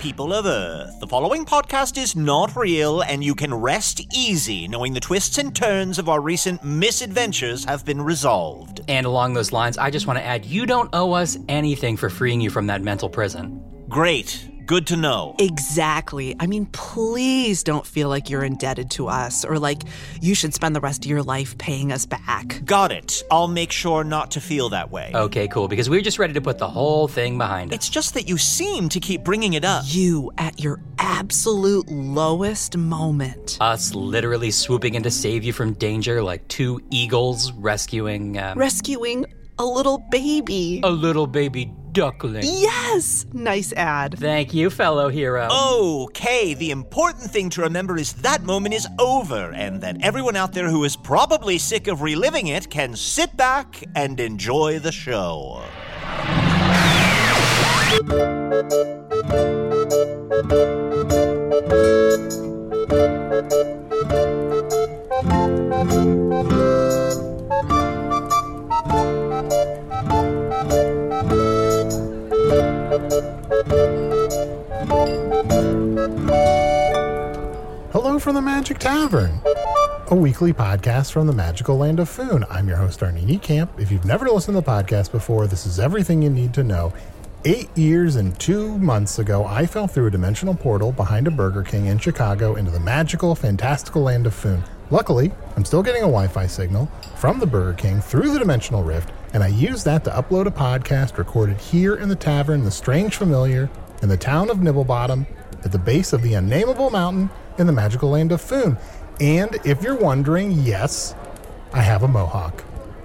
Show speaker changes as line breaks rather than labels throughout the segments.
People of Earth, the following podcast is not real, and you can rest easy knowing the twists and turns of our recent misadventures have been resolved.
And along those lines, I just want to add you don't owe us anything for freeing you from that mental prison.
Great. Good to know.
Exactly. I mean, please don't feel like you're indebted to us or like you should spend the rest of your life paying us back.
Got it. I'll make sure not to feel that way.
Okay, cool, because we're just ready to put the whole thing behind us.
It's just that you seem to keep bringing it up.
You at your absolute lowest moment.
Us literally swooping in to save you from danger like two eagles rescuing um,
Rescuing a little baby.
a little baby duckling.
Yes! Nice ad.
Thank you, fellow hero.
Oh.
Okay, the important thing to remember is that moment is over, and that everyone out there who is probably sick of reliving it can sit back and enjoy the show.
Hello from the Magic Tavern, a weekly podcast from the magical land of Foon. I'm your host, Arnie Camp. If you've never listened to the podcast before, this is everything you need to know. Eight years and two months ago, I fell through a dimensional portal behind a Burger King in Chicago into the magical, fantastical land of Foon. Luckily, I'm still getting a Wi Fi signal from the Burger King through the dimensional rift, and I use that to upload a podcast recorded here in the tavern, The Strange Familiar, in the town of Nibblebottom, at the base of the unnameable mountain in the magical land of Foon. And if you're wondering, yes, I have a mohawk.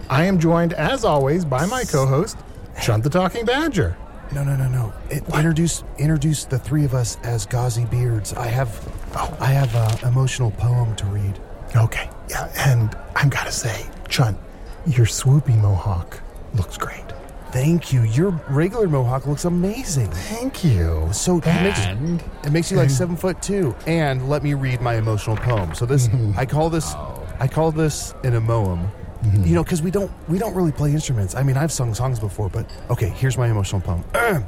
I am joined, as always, by my co host, Shunt the Talking Badger.
No, no, no, no. It, introduce introduce the three of us as gauzy beards. I have
Oh.
I have a emotional poem to read.
Okay, yeah, and I'm gotta say, Chunt, your swoopy mohawk looks great.
Thank you. Your regular mohawk looks amazing.
Thank you.
So it
And?
makes, it makes you like seven foot two. And let me read my emotional poem. So this
Mm-hmm.
I call this
Oh.
I call this an emoem.
Mm-hmm.
You know, because we don't we don't really play instruments. I mean, I've sung songs before, but okay. Here's my emotional poem.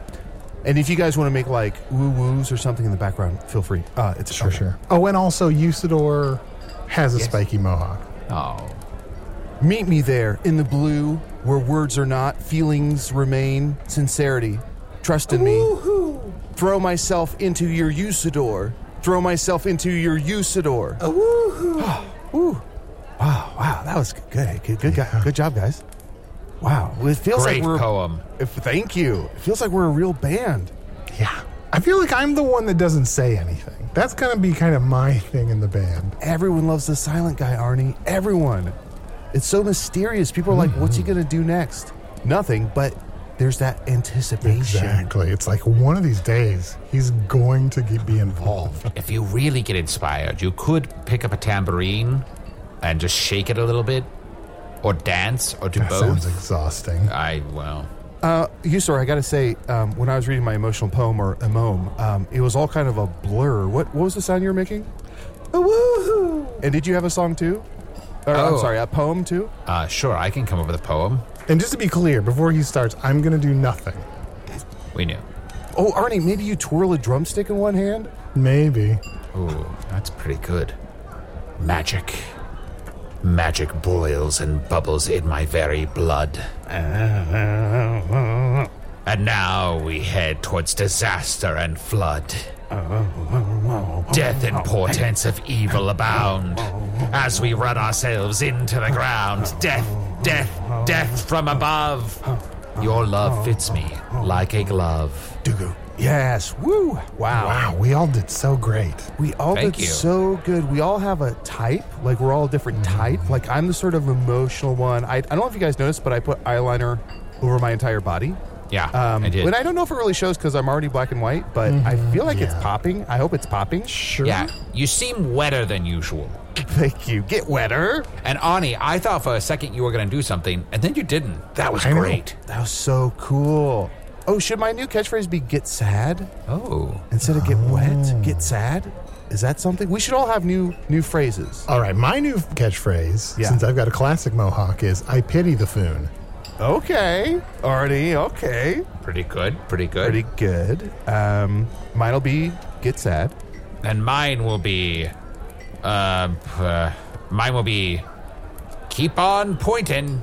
And if you guys want to make like woo woos or something in the background, feel free. Uh, it's
Sure, sure. Oh, and also, Usador has a spiky mohawk.
Meet me there in the blue where words are not, feelings remain, sincerity. Trust in me. Throw myself into your Usador. Throw myself into your Usador. Oh, woohoo. Wow, wow, that was good. Good, good, guy. good job, guys. Wow, it feels
Great
like we're
poem.
If, thank you. It feels like we're a real band.
Yeah. I feel like I'm the one that doesn't say anything. That's gonna be kind of my thing in the band.
Everyone loves the silent guy, Arnie. Everyone. It's so mysterious. People are like, "What's
Mm-hmm.
he gonna do next?" Nothing, but there's that anticipation.
Exactly. It's like one of these days he's going to get, be involved.
If you really get inspired, you could pick up a tambourine and just shake it a little bit, or dance, or do
That
both.
sounds exhausting.
I well,
Uh, you, sir, I got to say, um, when I was reading my emotional poem or emome, um, it was all kind of a blur. What what was the sound you were making? A woohoo! And did you have a song too? Or, I'm
Oh.
sorry, a poem too?
Uh, sure, I can come up with a poem.
And just to be clear, before he starts, I'm going to do nothing.
We knew.
Oh, Arnie, maybe you twirl a drumstick in one hand?
Maybe.
Ooh, that's pretty good. Magic. Magic boils and bubbles in my very blood. And now we head towards disaster and flood. Death and portents of evil abound. As we run ourselves into the ground, death, death, death from above. Your love fits me like a glove.
Dugu.
Yes. Woo. Wow.
Wow, we all did so great.
We all
Thank
did
you.
so good. We all have a type. Like we're all a different
Mm-hmm.
type. Like I'm the sort of emotional one. I, I don't know if you guys noticed, but I put eyeliner over my entire body.
Yeah,
Um,
I did.
And I don't know if it really shows because I'm already black and white, but I feel like it's popping. I hope it's popping.
Sure.
yeah, you seem wetter than usual.
Thank you. Get wetter.
And Ani, I thought for a second you were going to do something, and then you didn't. That was
I know.
great.
That was so cool. Oh, should my new catchphrase be "Get sad"?
Oh,
Instead of get wet, get sad? Is that something? We should all have new new phrases.
All right, my new catchphrase,
Yeah.
since I've got a classic mohawk, is I pity the foon.
Okay. Already, okay.
pretty good, pretty good.
Pretty good. Um mine'll be get sad.
And mine will be, uh, p- uh, mine will be, keep on pointing.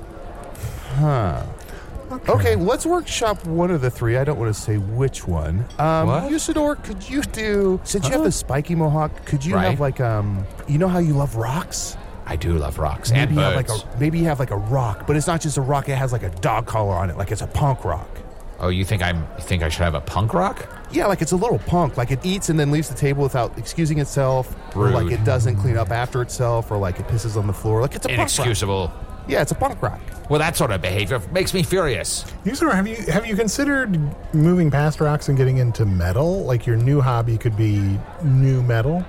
Okay, let's workshop one of the three. I don't want to say which one. Um
What?
Usador, could you do since you have the spiky mohawk, could you
Right.
have like um you know how you love rocks?
I do love rocks
Maybe
and
you have
birds.
like a maybe you have like a rock, but it's not just a rock, it has like a dog collar on it, like it's a punk rock.
oh, you think I'm? You think I should have a punk rock?
Yeah, like it's a little punk. Like it eats and then leaves the table without excusing itself, or like
Rude.
it doesn't clean up after itself, or like it pisses on the floor. Like it's a punk
Inexcusable.
rock. Yeah, it's a punk rock.
Well, that sort of behavior makes me furious.
Usador, have you have you considered moving past rocks and getting into metal? Like your new hobby could be new metal.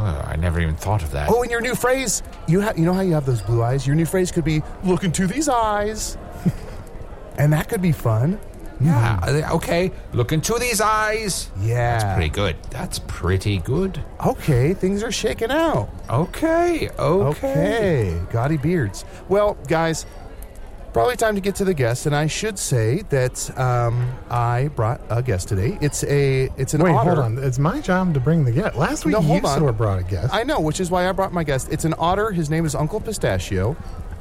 Oh, I never even thought of that.
Oh, and your new phrase. You ha- you know how you have those blue eyes. Your new phrase could be "Look into these eyes," and that could be fun.
yeah. uh, Okay. Look into these eyes.
Yeah.
That's pretty good. That's pretty good.
Okay, things are shaking out.
Okay. Okay.
Okay, gaudy beards. Well, guys, probably time to get to the guest, and I should say that um, I brought a guest today. It's a it's an
Wait,
honor.
hold on. It's my job to bring the guest. Last week,
No, hold on.
Usador brought a guest.
I know, which is why I brought my guest. It's an otter. His name is Uncle Pistachio.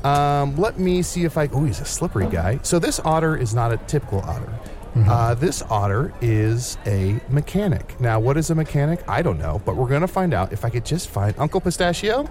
Um, let me see if I. Oh, he's a slippery guy. So this otter is not a typical otter. Uh, this otter is a mechanic. Now, what is a mechanic? I don't know, but we're gonna find out if I could just find Uncle Pistachio.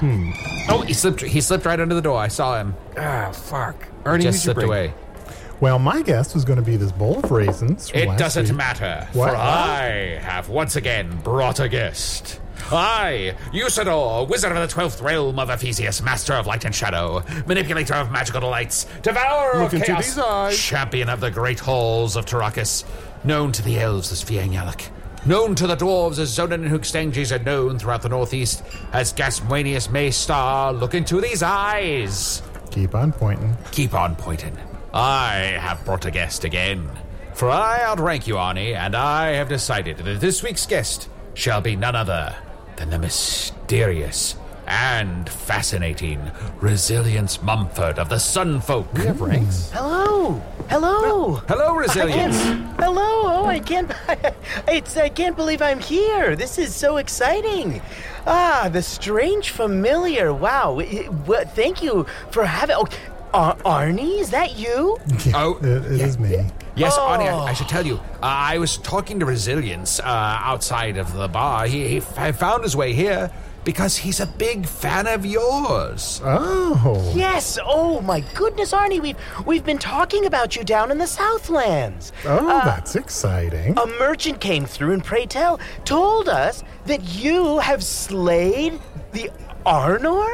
Hmm.
Oh, he slipped. He slipped right under the door. I saw him.
Ah, fuck.
Just
Ernie who'd you
slipped
bring?
away.
well, my guest was going to be this bowl of raisins.
Oh,
from
It
last
doesn't
week.
matter,
What?
for I have once again brought a guest. I, Usador, wizard of the twelfth realm of Ephesius, master of light and shadow, manipulator of magical delights, devourer
Look
of
into
chaos,
these eyes.
champion of the great halls of Tarakas, known to the elves as Fiangyalak, known to the dwarves as Zonin and Hookstanges, and known throughout the northeast as Gasmanius Maystar. Look into these eyes
Keep on pointing.
keep on pointing. I have brought a guest again. For I outrank you, Arnie, and I have decided that this week's guest shall be none other than the mysterious and fascinating Resilience Mumford of the Sunfolk.
We have ranks.
Hello. Hello.
Uh, Hello,
I can't.
Resilience.
Hello. Oh, I can't. It's. I can't believe I'm here. This is so exciting. Ah, the strange familiar. Wow. It- it- well, thank you for having. Oh, Ar- Arnie, is that you?
Oh.
It- it is me.
Yes, Arnie,
Oh.
I, I should tell you, uh, I was talking to Resilience uh, outside of the bar. He, he f- found his way here because he's a big fan of yours.
Oh.
Yes. Oh my goodness, Arnie. We've we've been talking about you down in the Southlands.
Oh, that's exciting.
A merchant came through and pray tell told us that you have slayed the Arnor?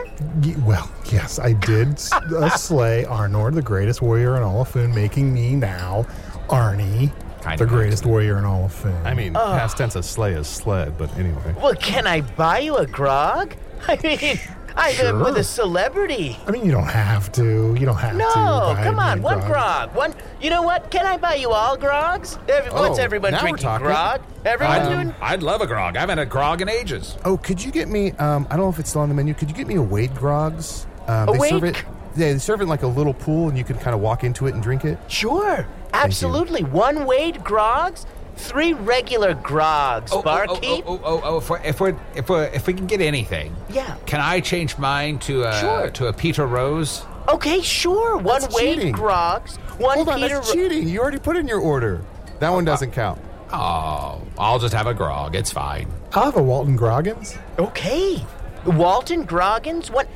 Ye- well, yes, I did s- uh, slay Arnor, the greatest warrior in all of Foon, making me now Arnie,
Kind
the
of
greatest warrior in all of Foon.
I mean, past tense of slay is sled, but anyway.
Well, can I buy you a grog? I mean, I am with
Sure.
a celebrity.
I mean, you don't have to. You don't have to.
No,
buy
come
me
on, one
grog.
grog. One. You know what? Can I buy you all grogs? Every, what's
Oh,
everyone
now we're
drinking
talking.
grog? Everyone
Um,
doing?
I'd love a grog. I haven't had a grog in ages.
Oh, could you get me? Um, I don't know if it's still on the menu. Could you get me a Wade Grogs? Um,
A
they serve
Wade-
it. Yeah, they serve it in like a little pool, and you can kind of walk into it and drink it.
Sure, absolutely. One Wade grogs, three regular grogs. Barkeep.
Oh, oh, oh, oh, oh, if, we're, if we're if we're if we can get anything,
Yeah.
Can I change mine to a
Sure.
to a Peter Rose?
Okay, sure. One
That's
Wade
cheating.
grogs, one
Hold on,
Peter.
that's
Ro-
cheating. You already put in your order. That one doesn't
Uh,
count.
Oh, I'll just have a grog. It's fine.
I'll have a Walton Groggins.
Okay. Walton Groggins, what?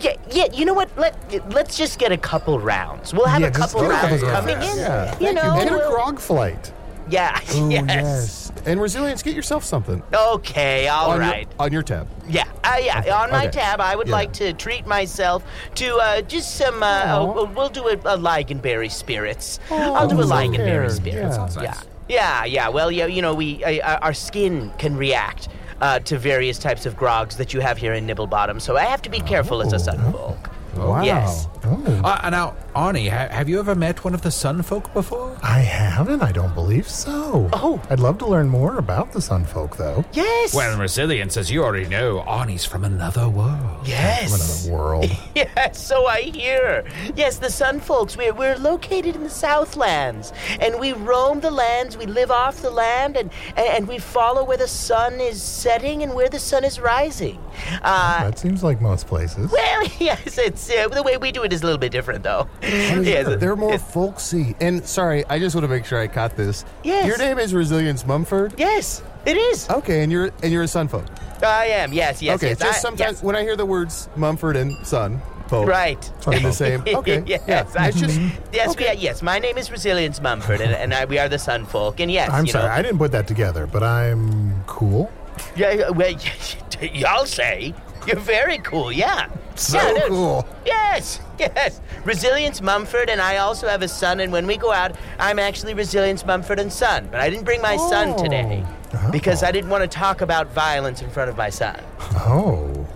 Yeah, yeah. You know what? Let let's just get a couple rounds. We'll have
Yeah,
a
just
couple
get a couple
rounds
rounds.
coming in.
Yeah, thank
You
you.
know.
Get a
we'll-
grog flight.
Yeah.
Ooh,
yes.
And resilience, get yourself something.
Okay. All
on
right.
Your, on your tab.
Yeah. Uh, yeah. On my
okay.
tab, I would
Yeah.
like to treat myself to uh, just some. Uh, oh, we'll- we'll do a, a ligonberry spirits. I'll do a
that's fair.
ligonberry
Oh, Yeah.
spirits.
That sounds
yeah.
nice.
Yeah. Yeah. Well, yeah. You know, we uh, our skin can react. Uh, to various types of grogs that you have here in Nibble Bottom, so I have to be careful as a sunfolk.
Oh, Wow.
Yes.
Oh,
Uh, now, Arnie, ha- have you ever met one of the Sunfolk before?
I haven't. I don't believe so.
Oh.
I'd love to learn more about the Sunfolk, though.
Yes.
Well, in resilience, as you already know, Arnie's from another world.
From
yes.
another world.
Yeah, so I hear. Yes, the Sun Folks, we're, we're located in the Southlands, and we roam the lands, we live off the land, and, and, and we follow where the sun is setting and where the sun is rising. Uh,
that seems like most places.
well, yes, it's uh, the way we do it is a little bit different, though. Yes,
They're more folksy. And sorry, I just want to make sure I caught this.
Yes.
Your name is Resilience Mumford.
yes, it is.
Okay, and you're and you're a Sunfolk.
I am. Yes, yes.
okay,
yes,
just
I-
sometimes
yes.
when I hear the words Mumford and Son, folk
Right.
in the same. Okay,
yes,
yeah,
I,
it's just
Mm-hmm.
yes, we are, yes. My name is Resilience Mumford, and, and I, we are the Sun Folk. And yes,
I'm
you
sorry,
know,
I didn't put that together, but I'm cool.
Yeah, yeah, well, y'all say you're very cool. Yeah,
So
Yeah, no,
cool.
Yes, yes. Resilience Mumford and I also have a son, and when we go out, I'm actually Resilience Mumford and son. But I didn't bring my son today because I didn't want to talk about violence in front of my son.
Oh,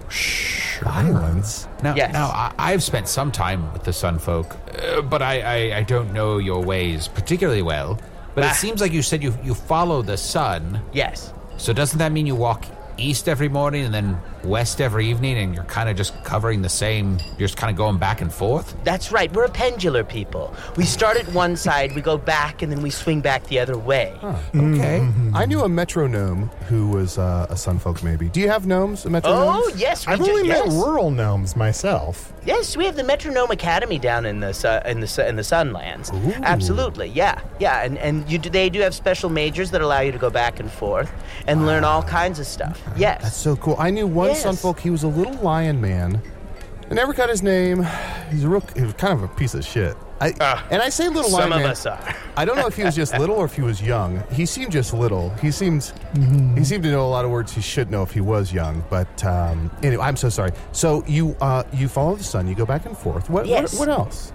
violence.
Now,
Yes.
now I- I've spent some time with the Sunfolk, uh, but I-, I-, I don't know your ways particularly well. But
Ah.
it seems like you said you you follow the sun.
Yes.
So doesn't that mean you walk east every morning and then west every evening, and you're kind of just covering the same? You're just kind of going back and forth.
That's right. We're a pendular people. We start at one side, we go back, and then we swing back the other way.
Mm-hmm.
Okay.
I knew a metronome who was uh, a Sunfolk. Maybe. Do you have gnomes? A metronome?
Oh yes, we
I've
ju-
only met
yes.
rural gnomes myself.
Yes, we have the Metronome Academy down in the su- in the su- in the Sunlands. Absolutely, yeah, yeah, and and you do, they do have special majors that allow you to go back and forth and learn all kinds of stuff. Yes,
That's so cool. I knew one
Yes.
Sunfolk. He was a little lion man. I never got his name. He's a real. He was kind of a piece of shit. I, and I say little
Ah,
lion
some of
man.
us are.
I don't know if he was just little or if he was young. He seemed just little. He seemed he seemed to know a lot of words he should know if he was young. But um, anyway, I'm so sorry. So you uh, you follow the sun. You go back and forth. What
Yes.
what, what else?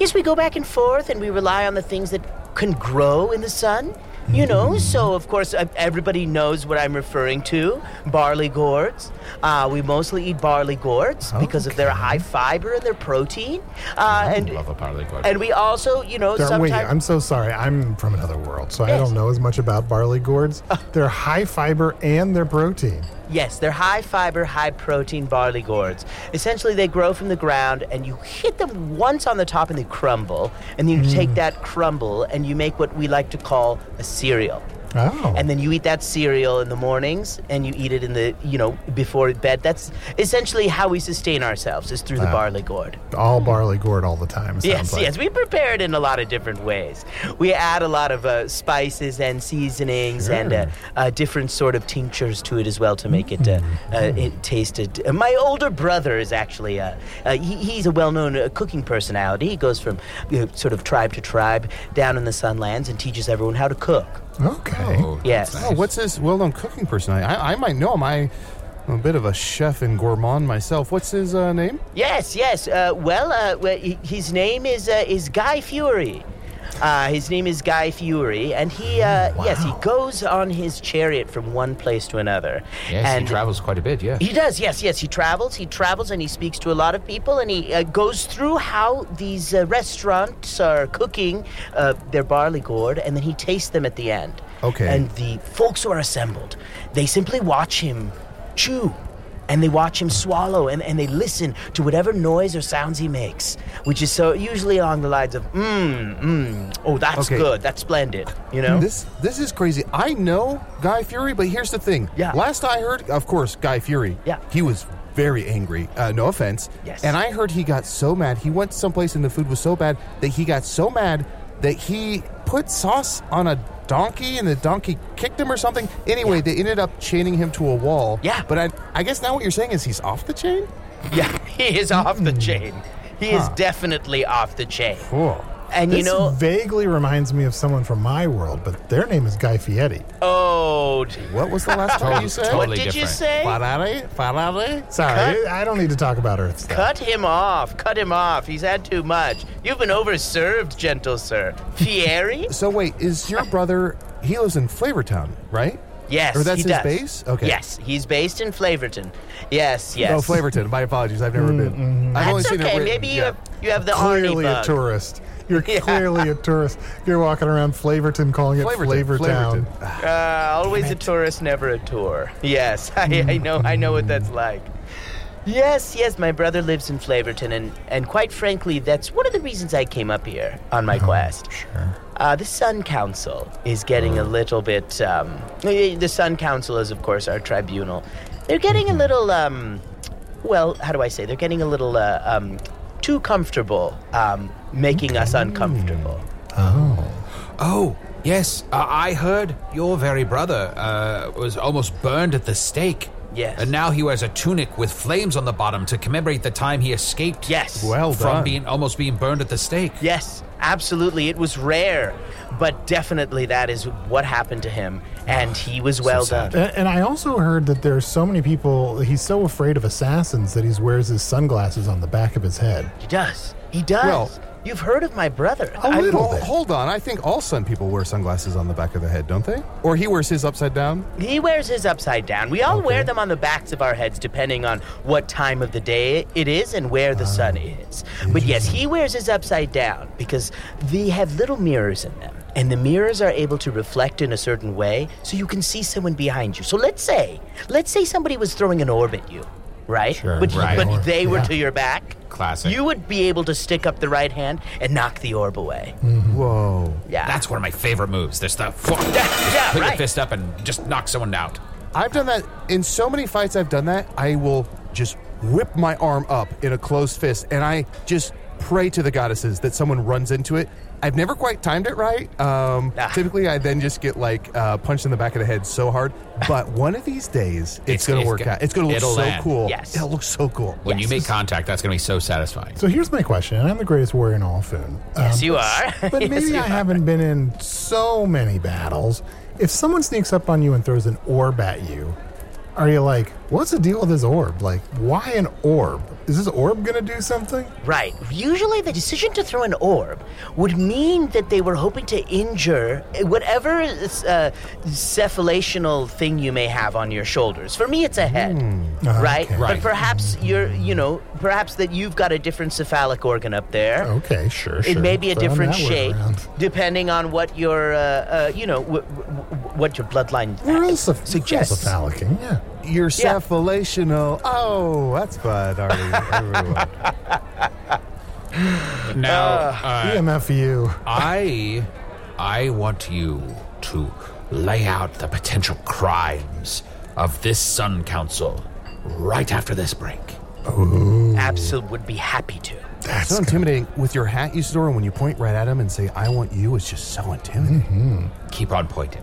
Yes, we go back and forth, and we rely on the things that can grow in the sun. You know, so of course uh, everybody knows what I'm referring to. Barley gourds. Uh, we mostly eat barley gourds because of their high fiber and their protein. Uh, and
Love a barley gourd.
and we also, you know,
They're-
sometimes
wait, I'm so sorry. I'm from another world, so I
Yes. Oh.
don't know as much about barley gourds. They're high fiber and they're protein.
Yes, they're high fiber, high protein barley gourds. Essentially, they grow from the ground, and you hit them once on the top and they crumble. And then
Mm.
you take that crumble and you make what we like to call a cereal.
Oh,
And then you eat that cereal in the mornings and you eat it in the, you know, before bed. That's essentially how we sustain ourselves is through the barley gourd.
all barley gourd all the time. it
Yes,
sounds like.
yes. We prepare it in a lot of different ways. We add a lot of uh, spices and seasonings and uh, uh, different sort of tinctures to it as well to make it, uh,
Mm-hmm.
uh, it tasted. Uh, my older brother is actually, uh, uh, he, he's a well-known uh, cooking personality. He goes from you know, sort of tribe to tribe down in the Sunlands and teaches everyone how to cook.
Okay.
Oh,
Yes.
that's
Oh, what's his well-known cooking personality? I, I might know him. I, I'm a bit of a chef and gourmand myself. What's his uh, name?
Yes, yes. Uh, well, uh, well, he- his name is uh, is Guy Fury. Uh, his name is Guy Fieri, and he, uh, yes, he goes on his chariot from one place to another.
Yes,
and
he travels quite a bit, yeah.
He does, yes, yes. He travels, he travels, and he speaks to a lot of people, and he uh, goes through how these uh, restaurants are cooking uh, their barley gourd, and then he tastes them at the end.
Okay.
And the folks who are assembled, they simply watch him chew. And they watch him swallow and, and they listen to whatever noise or sounds he makes, which is so usually along the lines of, mmm, mmm, oh, that's
Okay.
good, that's splendid, you know?
This this is crazy. I know Guy Fury, but here's the thing.
Yeah.
Last I heard, of course, Guy Fury.
Yeah.
He was very angry. Uh, no offense.
Yes.
And I heard he got so mad. He went someplace and the food was so bad that he got so mad that he put sauce on a donkey and the donkey kicked him or something. Anyway, they ended up chaining him to a wall.
Yeah.
But I I guess now what you're saying is he's off the chain.
Yeah, he is
Hmm.
off the chain. He is definitely off the chain.
Cool.
And you
This
know,
vaguely reminds me of someone from my world, but their name is Guy Fieri.
oh, d-
What was the last time you said?
what
Totally
did you
different.
say?
Ferrari? Ferrari?
Sorry, I don't need to talk about Earth stuff.
Cut him off. Cut him off. He's had too much. You've been overserved, gentle sir. Fieri?
So wait, is your brother? He lives in Flavortown, right?
Yes.
Or
he
that's his
does.
base? Okay.
Yes, he's based in Flavorton. Yes, yes. Mm,
Oh, Flavorton. My apologies. I've never been. I've
That's
it
okay.
written-
Maybe you
yeah.
have, you have the
clearly
Arnie
a
bug.
tourist. You're clearly a tourist. You're walking around Flavorton calling it
Flavorton,
Flavortown.
Flavorton.
Uh, always a tourist, never a tour. Yes, I, I know. I know what that's like. Yes, yes, my brother lives in Flavorton, and, and quite frankly, that's one of the reasons I came up here on my quest. Sure. Uh, the Sun Council is getting a little bit. Um, eh, the Sun Council is, of course, our tribunal. They're getting a little. Um, well, how do I say? They're getting a little uh, um, too comfortable, um, making us uncomfortable.
Oh, yes. Uh, I heard your very brother uh, was almost burned at the stake.
Yes.
And now he wears a tunic with flames on the bottom to commemorate the time he escaped.
Yes.
Well
from
done.
being almost being burned at the stake.
Yes, absolutely. It was rare, but definitely that is what happened to him, and he was well
sad.
done.
A- And I also heard that there's so many people. He's so afraid of assassins that he wears his sunglasses on the back of his head.
He does. He does.
Well-
You've heard of my brother.
A
I,
little
well,
bit.
hold on. I think all sun people wear sunglasses on the back of the head, don't they? Or he wears his upside down.
He wears his upside down. We all wear them on the backs of our heads, depending on what time of the day it is and where
Ah,
the sun is. But yes, he wears his upside down because they have little mirrors in them. And the mirrors are able to reflect in a certain way so you can see someone behind you. So let's say, let's say somebody was throwing an orb at you, right?
Sure,
but,
right.
but they were
Yeah.
to your back.
Classic.
You would be able to stick up the right hand and knock the orb away.
Mm.
Whoa.
Yeah.
That's one of my favorite moves. There's the
Yeah, yeah,
put your
right.
fist up and just knock someone out.
I've done that in so many fights. I've done that. I will just whip my arm up in a closed fist, and I just pray to the goddesses that someone runs into it. I've never quite timed it right. Um,
Ah.
Typically, I then just get like uh, punched in the back of the head so hard. But one of these days,
It's-
it's, gonna
it's
work
go-
out. It's gonna look
it'll
so
land.
cool.
Yes.
it'll look so cool.
When you make contact, that's going to be so satisfying.
So here's my question, and I'm the greatest warrior in all Foon. Um,
Yes, you are.
But
Yes,
maybe
you
I haven't been in so many battles. If someone sneaks up on you and throws an orb at you, are you like, what's the deal with this orb? Like, why an orb? Is this orb going to do something?
Right. Usually, the decision to throw an orb would mean that they were hoping to injure whatever uh, cephalational thing you may have on your shoulders. For me, it's a head, right?
Mm. Ah, okay. Mm.
But
Right.
perhaps you're, you know, perhaps that you've got a different cephalic organ up there.
Okay, sure, Oh, sure.
It may be a
Throwing
different
that word
shape,
around.
depending on what your, uh, uh, you know, w- w- what your bloodline
We're all, ceph-
suggests.
we're all cephalicing, yeah.
Your cephalational. Oh, that's fun, Artie.
Now, uh,
EMFU.
I, I want you to lay out the potential crimes of this Sun Council right after this break.
Absol would be happy to.
so intimidating. With your hat, Isidore, and when you point right at him and say, I want you, it's just so intimidating.
Hmm.
Keep on pointing.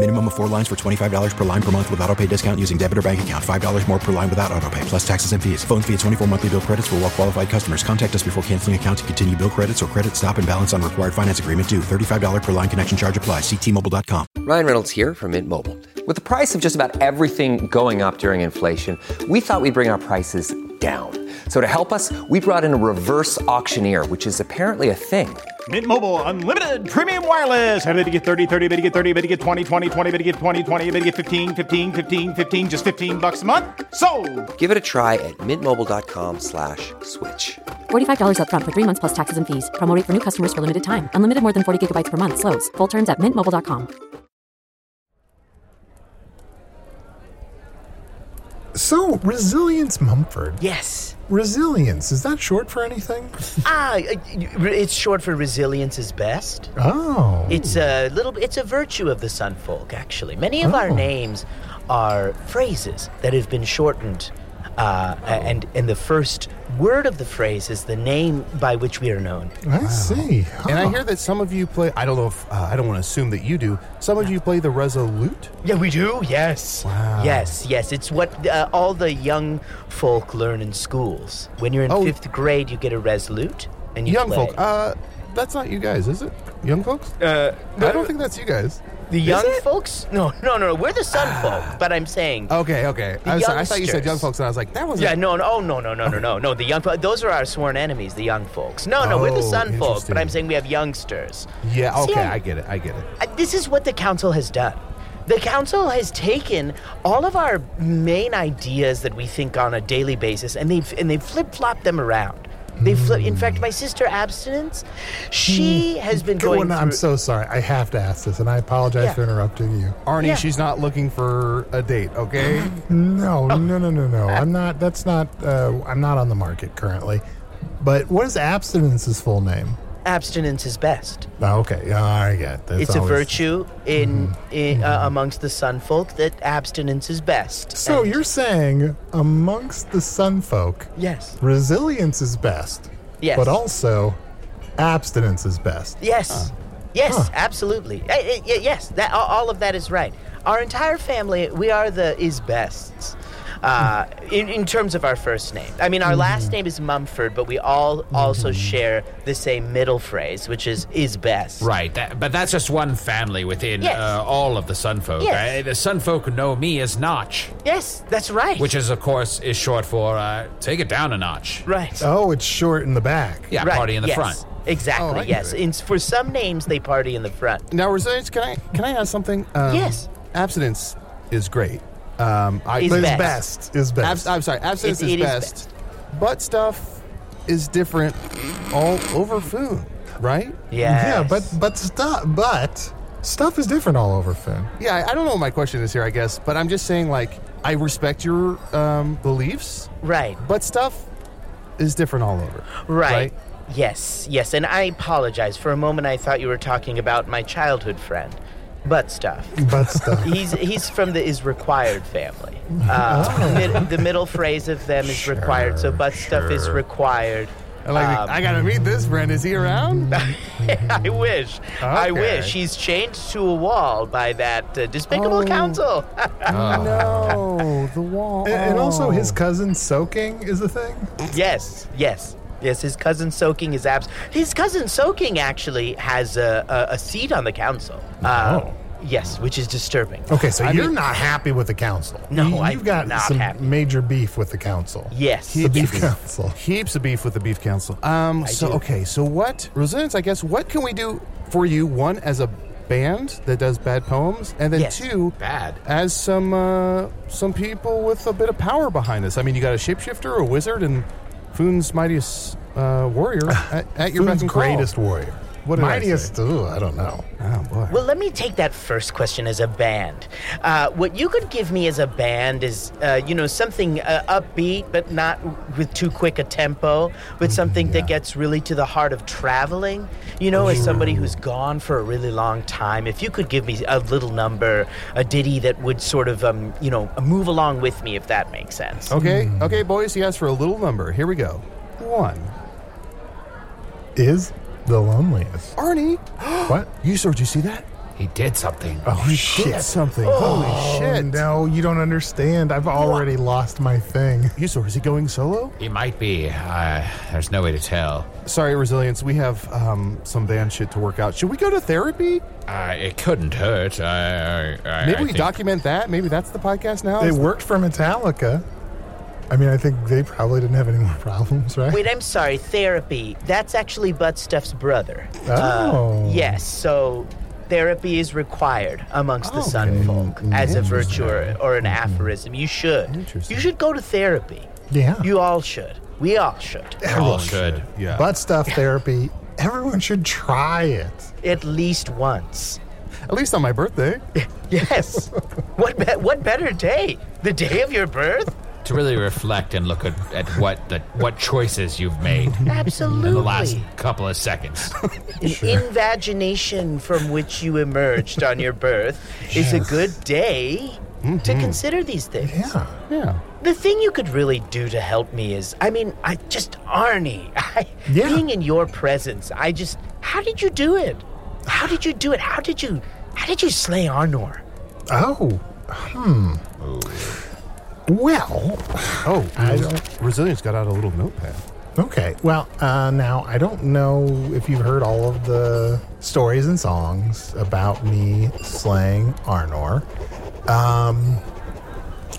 Minimum of four lines for $25 per line per month with auto pay discount using debit or bank account. $5 more per line without auto pay, plus taxes and fees. Phone fee at 24 monthly bill credits for all well qualified customers. Contact us before canceling account to continue bill credits or credit stop and balance on required finance agreement due. $35 per line connection charge applies. Ctmobile.com.
Ryan Reynolds here from Mint Mobile. With the price of just about everything going up during inflation, we thought we'd bring our prices down. So to help us, we brought in a reverse auctioneer, which is apparently a thing.
Mint Mobile unlimited premium wireless. Ready to get 30, 30, bit to get 30, bit to get 20, 20, 20, bit to get 20, 20, bit to get 15, 15, 15, 15 just 15 bucks a month. So,
Give it a try at mintmobile.com slash switch.
$45 upfront for three months plus taxes and fees. Promo rate for new customers for limited time. Unlimited more than 40 gigabytes per month. Slows. Full terms at mintmobile.com.
So, Resilience Mumford.
Yes.
Resilience, is that short for anything?
ah, uh, it's short for resilience is best.
Oh.
It's a little. It's a virtue of the Sunfolk, actually. Many of our
Oh.
names are phrases that have been shortened, uh, and and the first word of the phrase is the name by which we are known.
I see. And I hear that some of you play, I don't know if, uh, I don't want to assume that you do, some of you play the Resolute.
Yeah, we do. Yes.
Wow.
Yes, yes. It's what uh, all the young folk learn in schools. When you're in
Oh.
fifth grade, you get a resolute, and you
Young
play.
folk. Uh, that's not you guys, is it? Young folks?
Uh,
I don't think that's you guys.
The
Is
young
it? Ah.
folks? No, no, no. We're the sun folk, but I'm saying.
Okay, okay.
The
I, was, I thought you said
youngsters.
young folks, and I was like, that was
Yeah, no, no, oh, no, no, no, no, no, no. The young folk, those are our sworn enemies, the young folks. No, no, we're the
Oh,
sun folk, but
interesting.
I'm saying we have youngsters.
Yeah,
See,
okay,
I'm-
I get it. I get it.
Uh, This is what the council has done. The council has taken all of our main ideas that we think on a daily basis, and they've and they've flip flopped them around. They flip. In fact, my sister abstinence, she
Hmm.
has been
Go
going.
on, I'm
through-
so sorry. I have to ask this, and I apologize
Yeah.
for interrupting you.
Arnie,
Yeah.
she's not looking for a date, okay?
No, no, no, no, no. I'm not. That's not. Uh, I'm not on the market currently. But what is abstinence's full name?
Abstinence is best.
Oh, okay, yeah, I get. That's
it's a
always-
virtue in, in uh, amongst the sun folk that abstinence is best.
So you're saying amongst the sun folk,
Yes.
resilience is best.
Yes.
But also, abstinence is best.
Yes. Yes, absolutely. Eh, eh, ye- yes, that all- all of that is right. Our entire family, we are the is bests. Uh, in, in terms of our first name, I mean, our last name is Mumford, but we all also share the same middle phrase, which is is best.
Right, that, but that's just one family within
Yes.
uh, all of the Sunfolk.
Yes.
Uh, the Sunfolk know me as Notch,
Yes, that's right.
which is, of course, is short for uh, take it down a notch.
Right.
Oh, it's short in the back.
Yeah,
Right,
party in the
yes,
front.
Exactly.
Oh, I
yes.
get
In, for some names, they party in the front.
Now, resilience. Can I can I ask something? Um,
Yes.
Abstinence is great. Um, I,
Is But it's best.
best, is best.
Abs- I'm sorry. Abstinence
It-
is
it is
best. Butt stuff is different all over food, right?
Yeah, but but stuff but stuff is different all over Finn.
Yeah. I- I don't know what my question is here. I guess, but I'm just saying like I respect your um, beliefs,
Right.
but stuff is different all over.
Right.
Right.
Yes, yes, and I apologize. For a moment, I thought you were talking about my childhood friend, butt stuff.
But stuff.
He's he's from the is required family. Uh,
Oh.
mid, the middle phrase of them is required, so butt stuff is required.
I like. the-
Um,
I gotta meet this friend. Is he around?
I wish. I
Okay.
wish. He's chained to a wall by that uh, despicable
Oh.
council.
no, the wall.
And, and also his
Oh.
cousin soaking is a thing.
Yes, yes, yes. His cousin Soaking is abs. His cousin Soaking actually has a, a, a seat on the council. Uh,
Oh.
Yes, which is disturbing.
Okay, so
I
you're
mean-
not happy with the council.
No,
you,
I'm
you've got
not
some
happy.
major beef with the council.
Yes.
the beef
Yes.
council.
Heaps of beef with the beef council. Um. so
do.
okay. So what, Resilience? I guess what can we do for you? One as a band that does bad poems, and then
Yes.
two
Bad.
as some uh, some people with a bit of power behind us. I mean, you got a shapeshifter, a wizard, and Foon's mightiest uh, warrior at, at your
Food's
beck and call.
greatest warrior.
What did I
mightiest? I, ooh, I don't know.
Oh boy.
Well, let me take that first question as a band. Uh, what you could give me as a band is, uh, you know, something uh, upbeat, but not with too quick a tempo, but something that gets really to the heart of traveling. You know, as somebody who's gone for a really long time, if you could give me a little number, a ditty that would sort of, um, you know, move along with me, if that makes sense.
okay. Okay, boys. He asked for a little number. Here we go. One.
Is the loneliest.
Arnie,
what?
you sir, did you see that?
He did something.
Oh, he did something. Holy shit. Oh, No, you don't understand. I've already lost my thing.
Usador, is he going solo?
He might be. Uh, there's no way to tell.
Sorry, Resilience, we have um, some band shit to work out. Should we go to therapy?
Uh, it couldn't hurt. I, I, I,
Maybe
I
we
think-
document that. Maybe that's the podcast now.
It worked for Metallica. I mean, I think they probably didn't have any more problems, right?
Wait, I'm sorry. Therapy. That's actually Butt Stuff's brother. Uh,
Oh.
yes. So therapy is required amongst
Oh,
the Sun Folk as a virtue or, or an aphorism. You should. You should go to therapy.
Yeah.
You all should. We all should.
All should. Yeah.
Butt stuff therapy. Everyone should try it.
At least once.
At least on my birthday.
Yes. what be- what better day? The day of your birth?
to really reflect and look at, at what the what choices you've made in the last
Absolutely.
couple of seconds.
An invagination from which you emerged on your birth is a good day to consider these things. Yeah.
Yeah.
The thing you could really do to help me is, I mean, I just Arnie, I, being in your presence, I just, how did you do it? How did you do it? How did you, how did you slay Arnor?
Oh. Hmm. Well,
Oh,
I
Res-
don't-
Resilience got out a little notepad.
Okay. Well, uh, now I don't know if you've heard all of the stories and songs about me slaying Arnor. Um,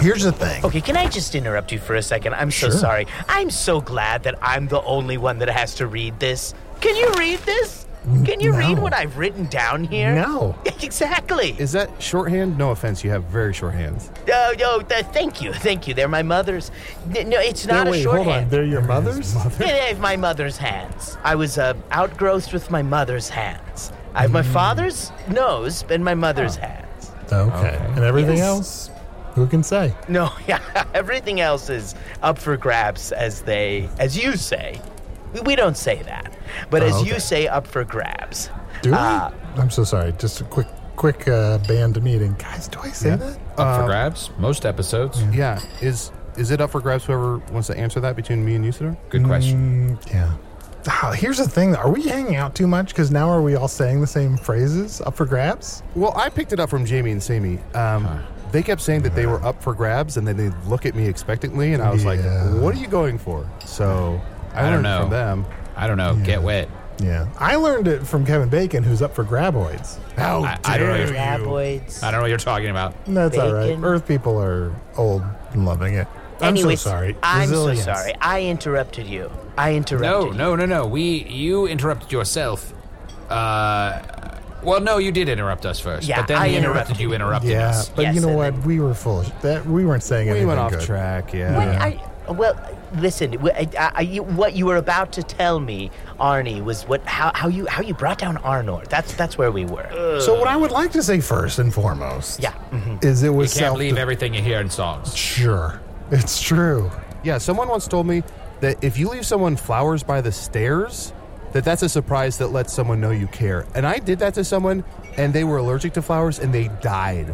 here's the thing.
Okay, can I just interrupt you for a second? I'm so
Sure.
sorry. I'm so glad that I'm the only one that has to read this. Can you read this? Can you read
no.
what I've written down here?
No.
exactly.
Is that shorthand? No offense, you have very short hands.
Oh, no, th- thank you. Thank you. They're my mother's. N- No, it's not a shorthand.
They're your mother's?
Yeah, they have my mother's hands. I was uh, outgrowth with my mother's hands. I have my father's nose and my mother's hands.
Okay. And everything
Yes.
else, who can say?
No, yeah, everything else is up for grabs, as they, as you say. We, we don't say that, but
Oh,
as
okay.
you say, up for grabs.
Do
Uh,
we? I'm so sorry. Just a quick, quick uh, band meeting. Guys, do I say that?
Up for grabs, most episodes.
Yeah. Is is it up for grabs? Whoever wants to answer that between me and Usador?
Good
question. yeah. Ah, here's the thing. Are we hanging out too much? Because now are we all saying the same phrases? Up for grabs?
Well, I picked it up from Jamie and Sammy. Um, They kept saying that they were up for grabs, and then they look at me expectantly, and I was
Yeah.
like, "What are you going for?" So I,
I don't
learned
know.
from them.
I don't know. Get wet.
Yeah. I learned it from Kevin Bacon, who's up for graboids. How
I, I don't know.
dare
what
you.
you're- I don't know what you're talking about.
That's all right.
Bacon.
Earth people are old and loving it. I'm
anyways,
so sorry.
I'm
Resilience.
so sorry. I interrupted you. I interrupted.
No, no, no, no. We you interrupted yourself. Uh, well, no, you did interrupt us first.
Yeah,
but then
I
we interrupted
interrupted
you. Interrupting
Yeah,
us.
but you know what? We were full. Of, that we weren't saying
We
anything.
went off
good.
track. Yeah.
What I, well, listen. wh- I, I, I- you- what you were about to tell me, Arnie, was what how, how you how you brought down Arnor. That's that's where we were.
So what I would like to say first and foremost,
Yeah. mm-hmm.
is it was
you can't
self.
believe everything you hear in songs.
Sure, it's true.
Yeah, someone once told me that if you leave someone flowers by the stairs, that that's a surprise that lets someone know you care. And I did that to someone, and they were allergic to flowers, and they died.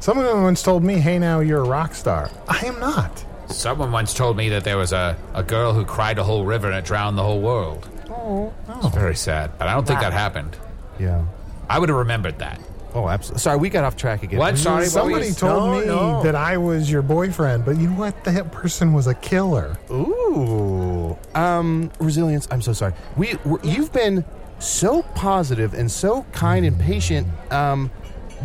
Someone once told me, "Hey, now you're a rock star." I am not.
Someone once told me that there was a, a girl who cried a whole river and it drowned the whole world.
Oh.
It's very sad, but I don't think
Wow.
that happened.
Yeah.
I would have remembered that.
Oh, absolutely. Sorry, we got off track again.
What? Sorry, what were
Somebody
you-
told
No,
me
no.
that I was your boyfriend, but you know what? That person was a killer.
Ooh. Um, resilience. I'm so sorry. We, we you've been so positive and so kind and patient. Um,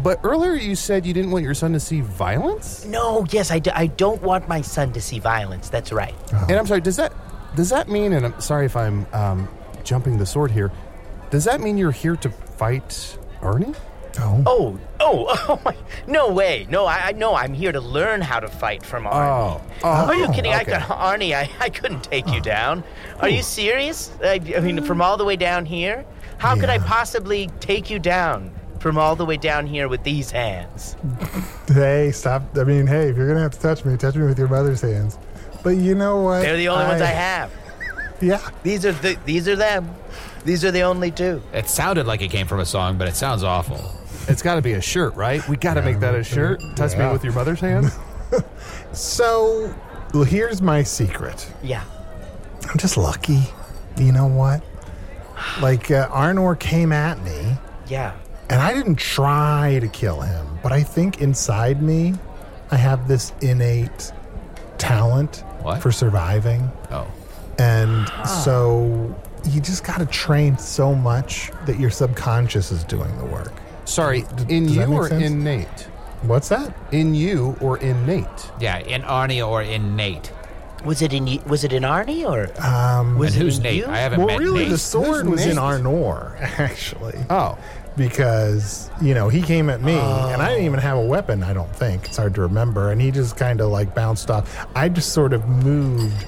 but earlier you said you didn't want your son to see violence.
No, yes, I, do, I don't want my son to see violence. That's right.
Uh-huh.
And I'm sorry, does that does that mean? And I'm sorry if I'm um, jumping the sword here. Does that mean you're here to fight Arnie?
No.
Oh, oh, oh my! No way! No, I, I no, I'm here to learn how to fight from Arnie.
Oh.
Are you
Oh,
kidding? I
okay.
could, Arnie, I, I couldn't take you down. Are you serious? I, I mean, from all the way down here? How could I possibly take you down from all the way down here with these hands?
Hey, stop! I mean, hey, if you're gonna have to touch me, touch me with your mother's hands. But you know what?
They're the only ones I have.
Yeah.
These are the, these are them. These are the only two.
It sounded like it came from a song, but it sounds awful.
It's got to be a shirt, right? We got to make that a shirt. Touch me with your mother's hand.
So, well, here's my secret.
Yeah.
I'm just lucky. You know what? Like uh, Arnor came at me
Yeah.
And I didn't try to kill him, but I think inside me, I have this innate talent for surviving.
Oh.
And so you just got to train so much that your subconscious is doing the work.
Sorry, in
does that
you
make
or
sense?
innate?
What's that?
In you or innate?
Yeah, in Arnie or in Nate.
Was it in y- was it in Arnie or
Um,
was
And
it
who's
in
Nate?
you?
I haven't
well,
met
really,
Nate.
the sword
Who's
was in
Nate?
Arnor, actually.
Oh.
Because, you know, he came at me, and I didn't even have a weapon, I don't think. It's hard to remember. And he just kind of like bounced off. I just sort of moved.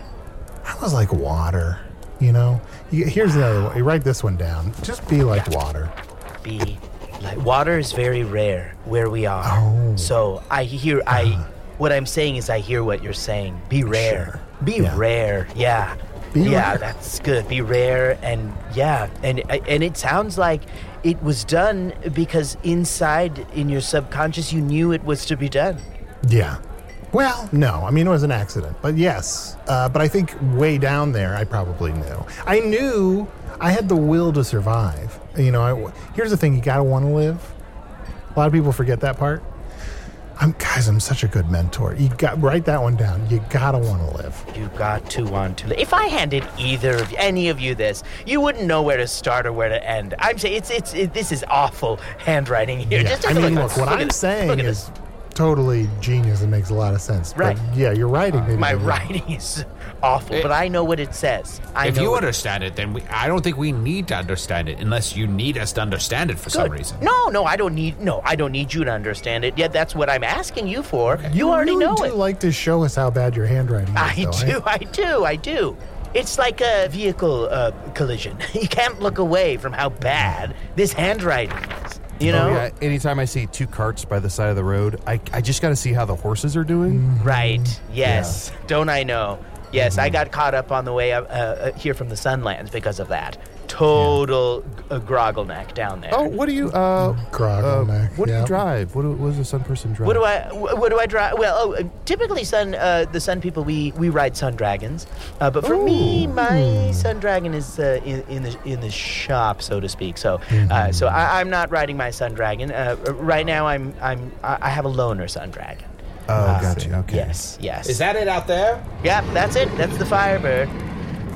I was like water, you know? You- Here's another one. You write this one down. Just be like water.
be like water is very rare where we are.
Oh.
So I hear
Uh-huh.
I what I'm saying is I hear what you're saying. Be rare. Be rare. Yeah.
Be
yeah,
rare.
that's good. Be rare and yeah, and and it sounds like it was done because inside in your subconscious you knew it was to be done.
Yeah. Well, no, I mean, it was an accident, but yes. Uh, but I think way down there, I probably knew. I knew I had the will to survive. You know, I, here's the thing you gotta wanna live. A lot of people forget that part. I'm, guys, I'm such a good mentor. You got, write that one down. You gotta wanna live.
You got to want to. If I handed either of any of you this, you wouldn't know where to start or where to end. I'm saying it's it's it, this is awful handwriting here.
Yeah.
Just take
I
a
mean,
at
look,
this.
what
at
I'm
this.
saying
Look at
is totally genius and makes a lot of sense.
Right. Uh,
But yeah, your writing. maybe
My
didn't.
writing is awful,
Eh.
but I know what it says. I
if
know
you
what-
understand it, then we, I don't think we need to understand it unless you need us to understand it for some reason.
No, no, I don't need. No, I don't need you to understand it. Yeah, that's what I'm asking you for. You, already
really
know
do
it.
like to show us how bad your handwriting is.
I
though, eh?
do. I do. I do. It's like a vehicle uh, collision. You can't look away from how bad this handwriting is. You know.
Oh, yeah, anytime I see two carts by the side of the road, I, I just got to see how the horses are doing.
Right. Yes. Don't I know? Yes,
Mm-hmm.
I got caught up on the way up, uh, uh, here from the Sunlands because of that. Total g- uh, groggle neck down there.
Oh, what do you uh,
uh,
What do you drive? What, do, what does a sun person drive?
What do I? wh- What do I drive? Well, oh, uh, typically sun. Uh, the sun people we we ride sun dragons, uh, but for me, my sun dragon is uh, in, in the in the shop, so to speak. So,
Mm-hmm.
uh, so I, I'm not riding my sun dragon uh, r- right now. I'm I'm I I have a loner sun dragon.
Oh, gotcha. Okay.
Ah, Yes, yes.
Is that it out there?
Yep, that's it. That's the Firebird.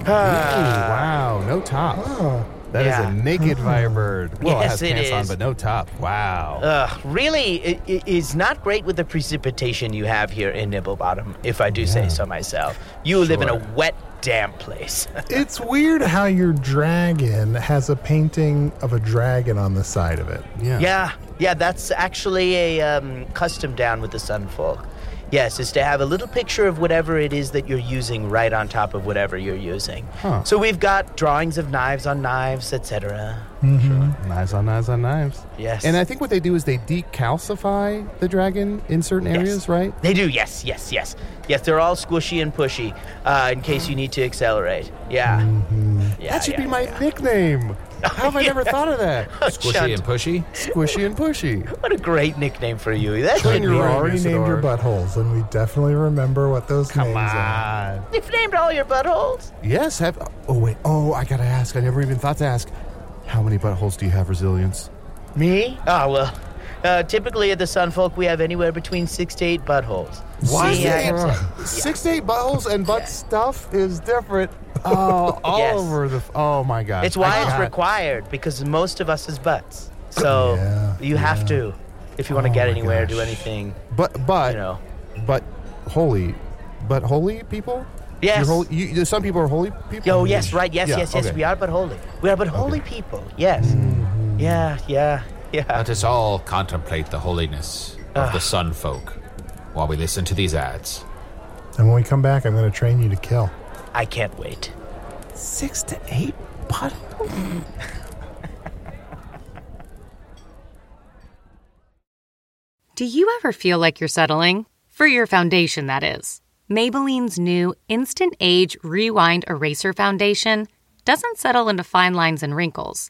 wow, no top. Ah. That is
Yeah.
a naked
Hmm.
Firebird. Well,
Yes,
it
it
has pants on,
is.
but no top. Wow.
Ugh, really, i i- it's not great with the precipitation you have here in Nibblebottom, if I do say so myself. You live in a wet, damp place.
It's weird how your dragon has a painting of a dragon on the side of it.
Yeah. yeah, that's actually a um, custom down with the Sunfolk. Yes, is to have a little picture of whatever it is that you're using right on top of whatever you're using.
Huh.
So we've got drawings of knives on knives, etc.
Knives on knives on knives.
Yes.
And I think what they do is they decalcify the dragon in certain
Yes.
areas, right?
They do, yes, yes, yes. Yes, they're all squishy and pushy uh, in case you need to accelerate. Yeah. yeah
that should
yeah.
be my nickname. How have I never thought of that?
Squishy
Chunt.
and pushy?
Squishy and pushy.
What a great nickname for you. That
Sure,
should
you're
be.
right.
Already named your buttholes, and we definitely remember what those names are.
Ah.
You've named all your buttholes.
Yes. Have, oh wait. Oh, I gotta ask. I never even thought to ask. How many buttholes do you have resilience?
Me? Ah, well. Uh, typically at the Sunfolk, we have anywhere between six to eight buttholes.
Why
See, I-
Six to eight buttholes and butt stuff is different. Oh, all
Yes.
over the. Oh my god.
It's why
I
it's
got-
required because most of us is butts. So you have to if you want to get anywhere, do anything.
Oh But but
You know.
but holy, but holy people.
Yes.
You're hol- you, you- some people are holy people.
Yo, yes, right, yes,
Yeah,
yes, yes.
okay.
We are but holy. We are but holy people. Yes.
Mm-hmm.
Yeah, yeah, yeah.
Let us all contemplate the holiness of the sun folk while we listen to these ads.
And when we come back, I'm going to train you to kill.
I can't wait.
Six to eight buttholes.
Do you ever feel like you're settling? For your foundation, that is. Maybelline's new Instant Age Rewind Eraser Foundation doesn't settle into fine lines and wrinkles.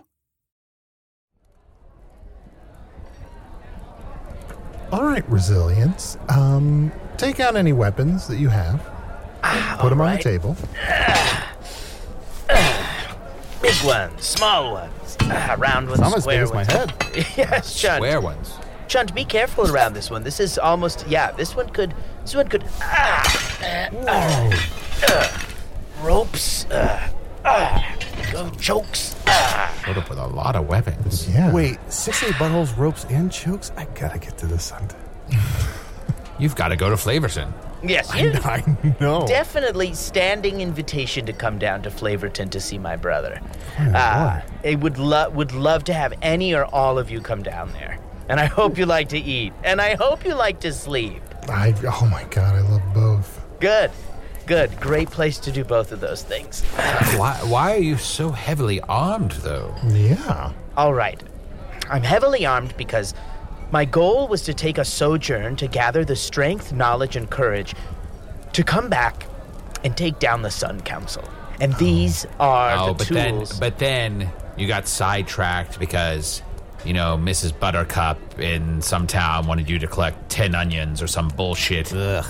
All right, resilience. Um, take out any weapons that you have.
Ah,
Put them on the table.
Big ones, small ones, ah, round ones,
Some as
square
big as my
ones.
head.
yes, Chunt. Square ones. Chunt, be careful around this one. This is almost yeah. This one could. This one could. Ah, ah, ah, ah. ropes. Ah, ah, go chokes. Ah.
Showed up with a lot of weapons.
Yeah.
Wait, six eight buttholes, ropes, and chokes. I gotta get to this Sunday.
You've got to go to Flaverton.
Yes,
I-
yes.
I know.
Definitely standing invitation to come down to Flaverton to see my brother. Ah, I would love would love to have any or all of you come down there. And I hope you like to eat. And I hope you like to sleep.
I, oh my god, I love both.
Good. Good. Great place to do both of those things.
why, why are you so heavily armed, though?
Yeah.
All right. I'm heavily armed because my goal was to take a sojourn to gather the strength, knowledge, and courage to come back and take down the Sun Council. And these are
oh,
the
but then,
tools.
but then you got sidetracked because you know Mrs. Buttercup in some town wanted you to collect ten onions or some bullshit. Ugh.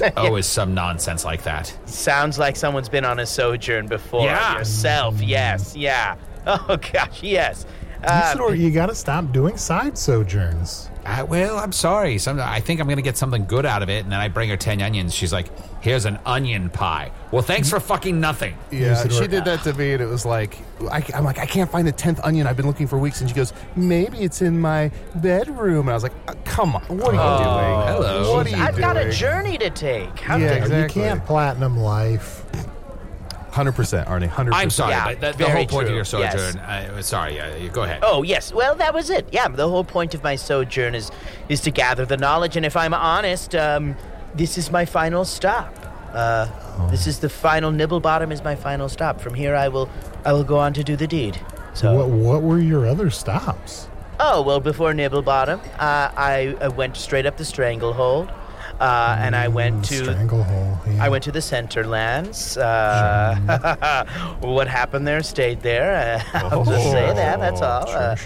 Yeah.
Always some nonsense like that.
Sounds like someone's been on a sojourn before.
Yeah. Mm.
Yourself, yes, yeah. Oh gosh, yes. Uh,
Isidore, you gotta stop doing side sojourns.
I, well, I'm sorry. Some, I think I'm going to get something good out of it, and then I bring her ten onions. She's like, "Here's an onion pie." Well, thanks for fucking nothing.
Yeah, she did that to me, and it was like, I, am like, I can't find the tenth onion I've been looking for weeks, and she goes, maybe it's in my bedroom, and I was like, "Uh, come on, what
Oh,
are you doing? what are you
I've
doing?
got a journey to take. How
Yeah,
dare
exactly.
You can't platinum life.
Hundred percent, Arnie. Hundred.
I'm sorry,
Yeah,
but that, the
very
whole point
true.
of your
Yes.
sojourn. I, sorry, uh, go ahead.
Oh yes, well that was it. Yeah, the whole point of my sojourn is is to gather the knowledge, and if I'm honest, um, this is my final stop. Uh, This is the final nibble bottom is my final stop. From here, I will I will go on to do the deed. So
what what were your other stops?
Oh well, before nibble bottom, uh, I, I went straight up the stranglehold, uh, and I
Mm,
went to
Stranglehold.
I went to the Centerlands. Uh, what happened there stayed there. Uh,
Oh,
I'll just say that. That's
Oh,
all. Uh,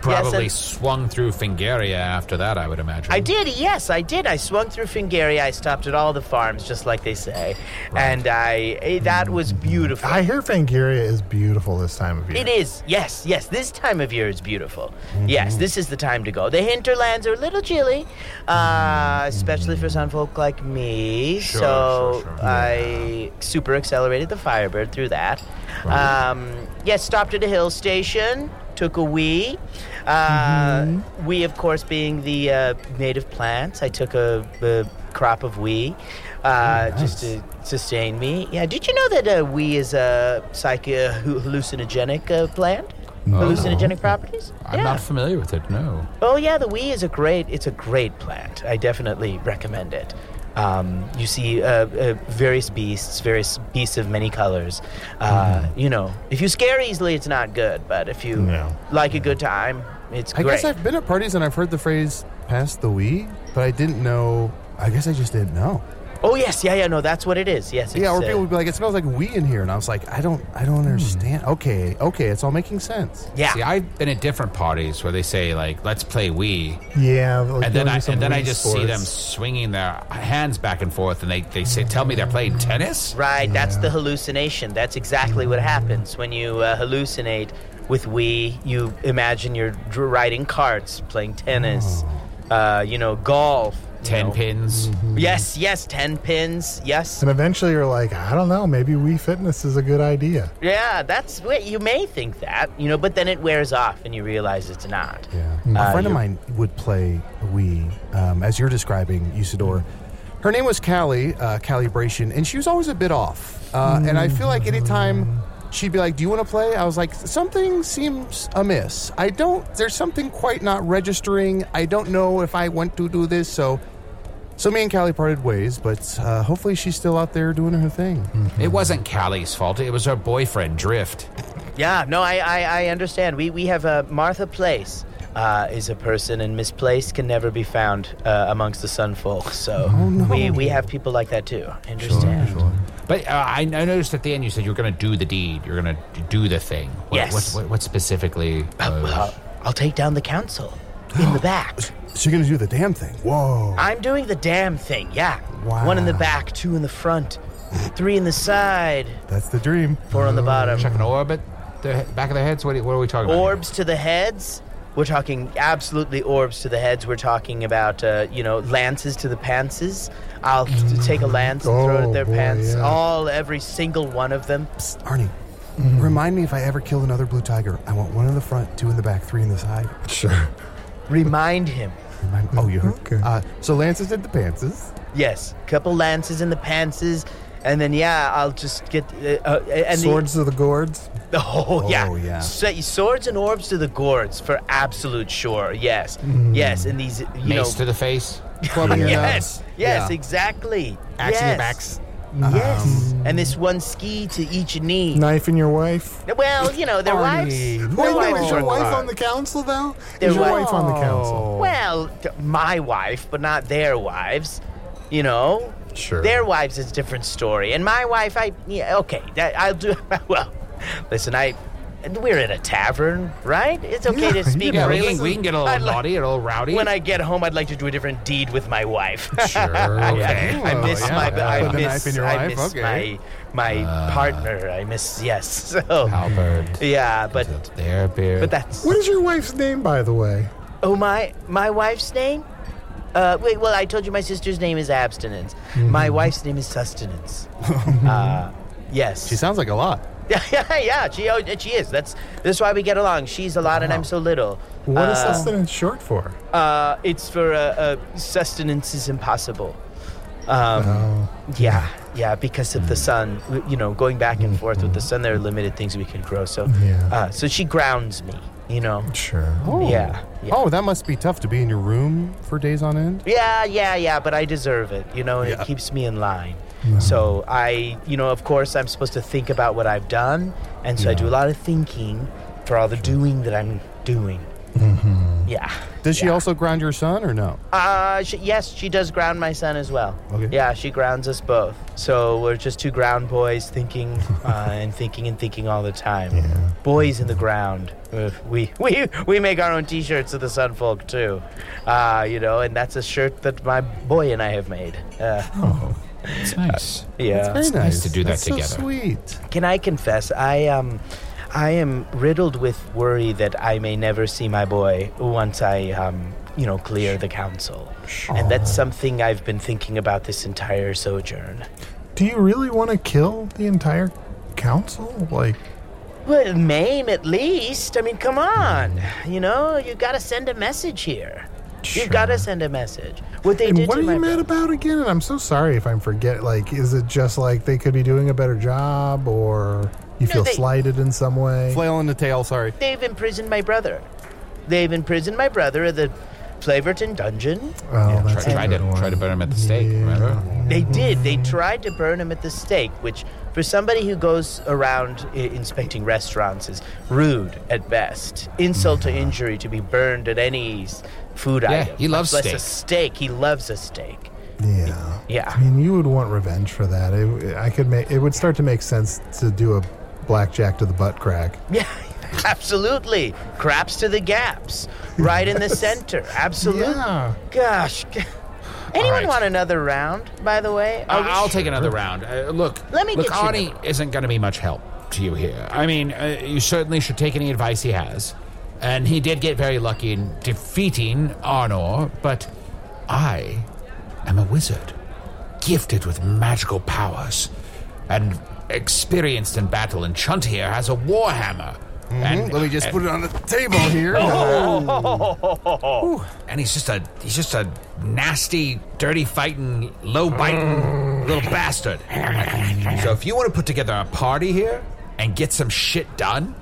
Probably
and-
swung through Fingaria after that, I would imagine.
I did, yes, I did. I swung through Fingaria. I stopped at all the farms, just like they say, and I eh, that was beautiful.
I hear Fangiria is beautiful this time of year.
It is, yes, yes. This time of year is beautiful.
Mm-hmm.
Yes, this is the time to go. The hinterlands are a little chilly, uh, especially for some folk like me.
Mm-hmm. Sure,
so
sure, sure.
I super accelerated the Firebird through that. Um, yes, stopped at a hill station, took a wee. Uh,
Mm-hmm.
We, of course, being the uh, native plants, I took a, a crop of wee. Uh,
Oh,
Just to sustain me. Yeah. Did you know that uh, wee is a psych- uh, hu- hallucinogenic uh, plant?
No.
Hallucinogenic properties.
I'm
yeah.
not familiar with it, no.
Oh yeah, the wee is a great. It's a great plant. I definitely recommend it. Um, you see uh, uh, various beasts, various beasts of many colors. Uh,
Mm-hmm.
You know, if you scare easily, it's not good. But if you like a good time, it's
I
great.
guess I've been at parties and I've heard the phrase "pass the Wii," but I didn't know. I guess I just didn't know.
Oh yes, yeah, yeah, no, that's what it is. Yes,
yeah, or
it's, uh,
people would be like, "It smells like wee in here," and I was like, "I don't, I
Hmm.
don't understand." Okay, okay, it's all making sense.
Yeah.
See, I've been at different parties where they say like, "Let's play Wii,"
Yeah. like
and then
going
I
to some
and then I
Wii
just see
sports.
them swinging their hands back and forth, and they, they say, "Tell me they're playing tennis."
Right, that's the hallucination. That's exactly what happens when you uh, hallucinate with Wii. You imagine you're dr- riding carts, playing tennis,
Oh.
uh, you know, golf. you
Ten
know.
pins.
Mm-hmm.
Yes, yes, ten pins. Yes.
And eventually you're like, I don't know, maybe Wii Fitness is a good idea.
Yeah, that's what you may think that, you know, but then it wears off and you realize it's not. Yeah.
a
Uh,
friend of mine would play Wii, um, as you're describing, Usador. Her name was Callie, uh, Calibration, and she was always a bit off. Uh, And I feel like anytime she'd be like, Do you want to play? I was like, Something seems amiss. I don't, there's something quite not registering. I don't know if I want to do this. So, so me and Callie parted ways, but uh, hopefully she's still out there doing her thing.
It wasn't Callie's fault. It was her boyfriend, Drift.
Yeah, no, I, I, I understand. We, we have uh, Martha Place uh, is a person, and Miss Place can never be found uh, amongst the Sun folk. So we, we have people like that too. Understand?
But uh, I, I noticed at the end you said you were going to do the deed. You're going to do the thing. What,
Yes.
What, what, what specifically?
well, I'll take down the council in the back.
So you're going to do the damn thing. Whoa.
I'm doing the damn thing, yeah. One in the back, two in the front, three in the side,
That's the dream.
four on the bottom.
Chuck an orb at the he- back of their heads? What, are- what are we talking about?
Orbs to the heads. We're talking absolutely orbs to the heads. We're talking about, uh, you know, lances to the pantses. I'll t- take a lance and throw it
Oh,
at their
boy,
pants.
yeah.
All, every single one of them.
Arnie, remind me if I ever kill another blue tiger. I want one in the front, two in the back, three in the side.
Sure.
Remind him.
Remind, oh, you heard. Uh, so Lance's did the pantses.
Yes, couple lances in the pantses. And then, yeah, I'll just get. Uh, uh, and the-
Swords to the gourds.
Oh, yeah.
Oh, yeah.
Sa- swords and orbs to the gourds for absolute sure. Yes.
Mm.
Yes. And these, you know.
Mace to the face.
yes.
clubbing your
Yes,
nose. Yeah.
exactly.
Axe in
yes.
your backs.
Yes.
Um,
and this one ski to each knee.
Knife in your wife.
Well, you know, their wives.
Wait,
their
wait,
wives
is your
are-
wife on the council, though?
Their
is your
wife-
wife on the council?
Oh. Well, th- my wife, but not their wives. You know.
Sure.
Their wives is a different story, and my wife, I yeah, okay, that, I'll do. Well, listen, I. We're in a tavern, right? It's okay
Yeah,
to speak
yeah, we
freely.
can- we can get a little
I'd li-
naughty, a little rowdy.
When I get home, I'd like to do a different deed with my wife.
Sure, okay.
I
Oh,
miss
yeah.
my. I
Put the
miss,
knife in your
I
wife,
miss
okay. Uh.
my my partner. I miss yes. So
Halberd.
Yeah, but
There, beer.
but that's
What is your wife's name, by the way?
Oh my my wife's name? Uh, wait, well I told you my sister's name is abstinence.
Mm-hmm.
My wife's name is sustenance. uh, yes. She
sounds like a lot.
yeah, yeah, yeah. She oh, she is. That's that's why we get along. She's a lot and I'm so little.
What is
Uh,
sustenance short for?
Uh, it's for uh, uh, sustenance is impossible. Um,
Oh.
Yeah, yeah, because of the
Mm.
sun. w- You know, going back and forth
Mm-hmm.
with the sun, there are limited things we can grow. So, uh, so she grounds me. You know.
Sure.
Oh.
Yeah. yeah.
Oh, that must be tough to be in your room for days on end.
Yeah, yeah, yeah, but I deserve it, you know, and
Yeah.
it keeps me in line. So I, you know, of course, I'm supposed to think about what I've done, and so I do a lot of thinking for all the doing that I'm doing. Yeah.
Does she also ground your son or no?
Uh, she, yes, she does ground my son as well.
Okay.
Yeah, she grounds us both. So we're just two ground boys thinking uh, and thinking and thinking all the time. Boys in the ground. Uh, We, we, we make our own t shirts of the Sun Folk too. Uh, you know, and that's a shirt that my boy and I have made. Uh,
It's nice.
yeah.
It's nice to do that together.
sweet.
Can I confess? I um, I am riddled with worry that I may never see my boy once I um, you know, clear the council, and that's something I've been thinking about this entire sojourn.
Do you really want to kill the entire council? Like,
Well, maim at least. I mean, come on.
Hmm.
You know, you gotta send a message here. You gotta send a message. What they
and
did
what
to
are
my
you mad about again? And I'm so sorry if I'm forget. Like, is it just like they could be doing a better job, or you
No,
feel
they-
slighted in some way?
Flailing the tail, sorry.
They've imprisoned my brother. They've imprisoned my brother at the Flavorton dungeon.
Oh,
Try, try to try to burn him at the stake. Remember?
They did. They tried to burn him at the stake, which, for somebody who goes around I- inspecting restaurants, is rude at best. Insult to injury to be burned at any s- food
Mm-hmm. Yeah,
item.
he loves
much less
steak.
a steak. He loves a steak.
Yeah.
Yeah.
I mean, you would want revenge for that. It, I could make it would start to make sense to do a blackjack to the butt crack.
Yeah, absolutely. Craps to the gaps, right in the center. Absolutely. Gosh. g- Anyone
right.
want another round? By the way, Are
I-
we
I'll
sure?
take another round. Uh, look,
Let me
look,
get you
Ani isn't going to be much help to you here. I mean, uh, you certainly should take any advice he has. And he did get very lucky in defeating Arnor, but I am a wizard, gifted with magical powers, and experienced in battle. And Chunt here has a warhammer. And
Mm-hmm. Let me just
and-
put it on the table here.
Oh.
Ooh. And he's just a he's just a nasty, dirty fighting, low biting little bastard. So if you want to put together a party here and get some shit done,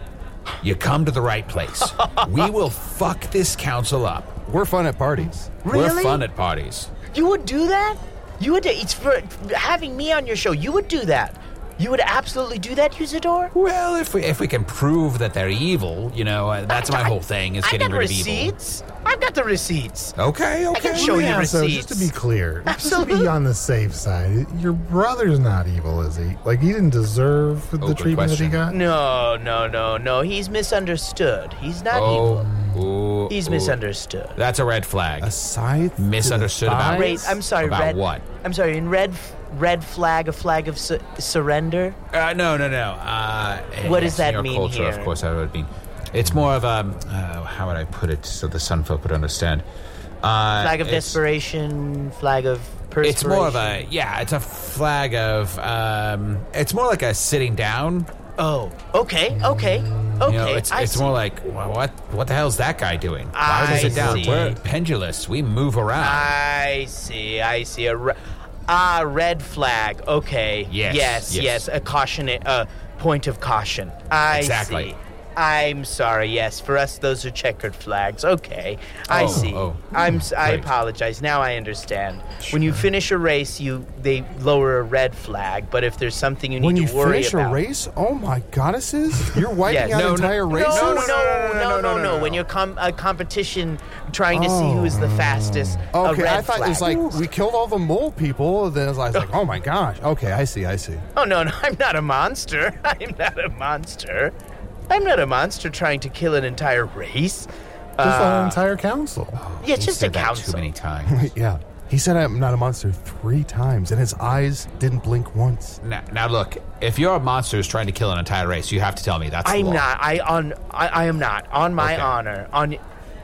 you come to the right place. we will fuck this council up.
We're fun at parties.
We're
Really?
fun at parties.
You would do that? You would? It's for having me on your show. You would do that. You would absolutely do that, Usador.
Well, if we if we can prove that they're evil, you know uh, that's my whole thing is
I
getting
got
rid of evil.
receipts. I've got the receipts.
Okay,
I
okay.
can show you
Yeah,
receipts.
so just to be clear, just to be on the safe side, your brother's not evil, is he? Like he didn't deserve the treatment that he got.
No, no, no, no. He's misunderstood. He's not
Oh,
evil.
ooh,
He's
ooh.
misunderstood.
That's a red flag. A
scythe?
Misunderstood about
Red- I'm sorry,
About
red.
what?
I'm sorry. In red, red flag, a flag of su- surrender.
Uh, no, no, no. Uh,
What does
it's
that
your
mean
culture, Of
here?
course, that would mean. It's more of a. Uh, how would I put it so the Sunfolk would understand? Uh,
flag of
it's,
desperation. Flag of perspiration.
it's more of a. Yeah, it's a flag of. Um, it's more like a sitting down.
Oh, okay, okay, okay.
You know, it's,
I
it's
see.
more like "Wha- what? What the hell's that guy doing? Why would
I
he sit down?
see.
We're pendulous. We move around.
I see. I see. A re- ah, red flag. Okay.
Yes,
Yes.
yes.
Yes. A caution. A point of caution. I
Exactly.
see. I'm sorry. Yes, for us those are checkered flags. Okay, I
Oh,
see.
oh.
I'm. s- I
Great.
apologize. Now I understand. When you finish a race, you they lower a red flag. But if there's something you need
When you
to worry
finish
about,
a race, oh my goddesses, you're wiping
Yes.
out
No, no,
entire races.
No, no, no, no, no, no. When you're com- a competition trying to see who is the fastest, a
Oh. Okay,
red
I thought
flag.
it was like we killed all the mole people. Then I was like, oh my gosh. Okay, I see, I see.
Oh no, no, I'm not a monster. I'm not a monster. I'm not a monster trying to kill an entire race.
Just the
um,
whole
Uh, oh.
entire council.
yeah, it's just a
Too
council.
many times.
yeah, he said I'm not a monster three times, and his eyes didn't blink once.
Now, now look, if you're a monster who's trying to kill an entire race, you have to tell me. That's the
I'm
law.
not. I on. I, I am not. On my
Okay.
honor. On.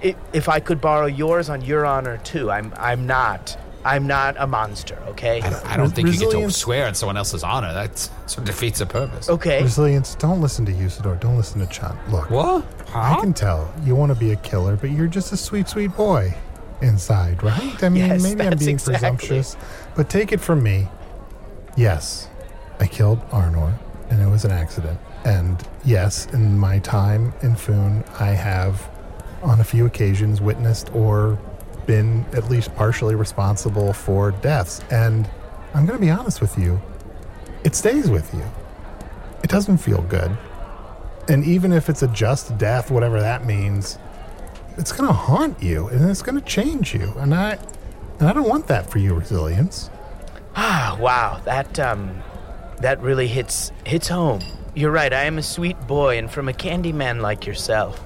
i if I could borrow yours on your honor too, I'm. I'm not. I'm not a monster. Okay.
I don't think you get to swear at someone else's honor. That's, that defeats the purpose.
Resilience, don't listen to Usador. Don't listen to Chun. Look.
What?
I can tell you want to be a killer, but you're just a sweet, sweet boy inside, right? I mean,
Yes,
maybe I'm
that's
being
exactly.
presumptuous, but take it from me. Yes, I killed Arnor, and it was an accident. And yes, in my time in Foon, I have, on a few occasions, witnessed or been at least partially responsible for deaths. And I'm going to be honest with you, it stays with you. It doesn't feel good. And even if it's a just death, whatever that means, it's going to haunt you and it's going to change you. And I and I don't want that for you, resilience.
Ah, wow, that um, that really hits hits home. You're right. I am a sweet boy, and from a candy man like yourself,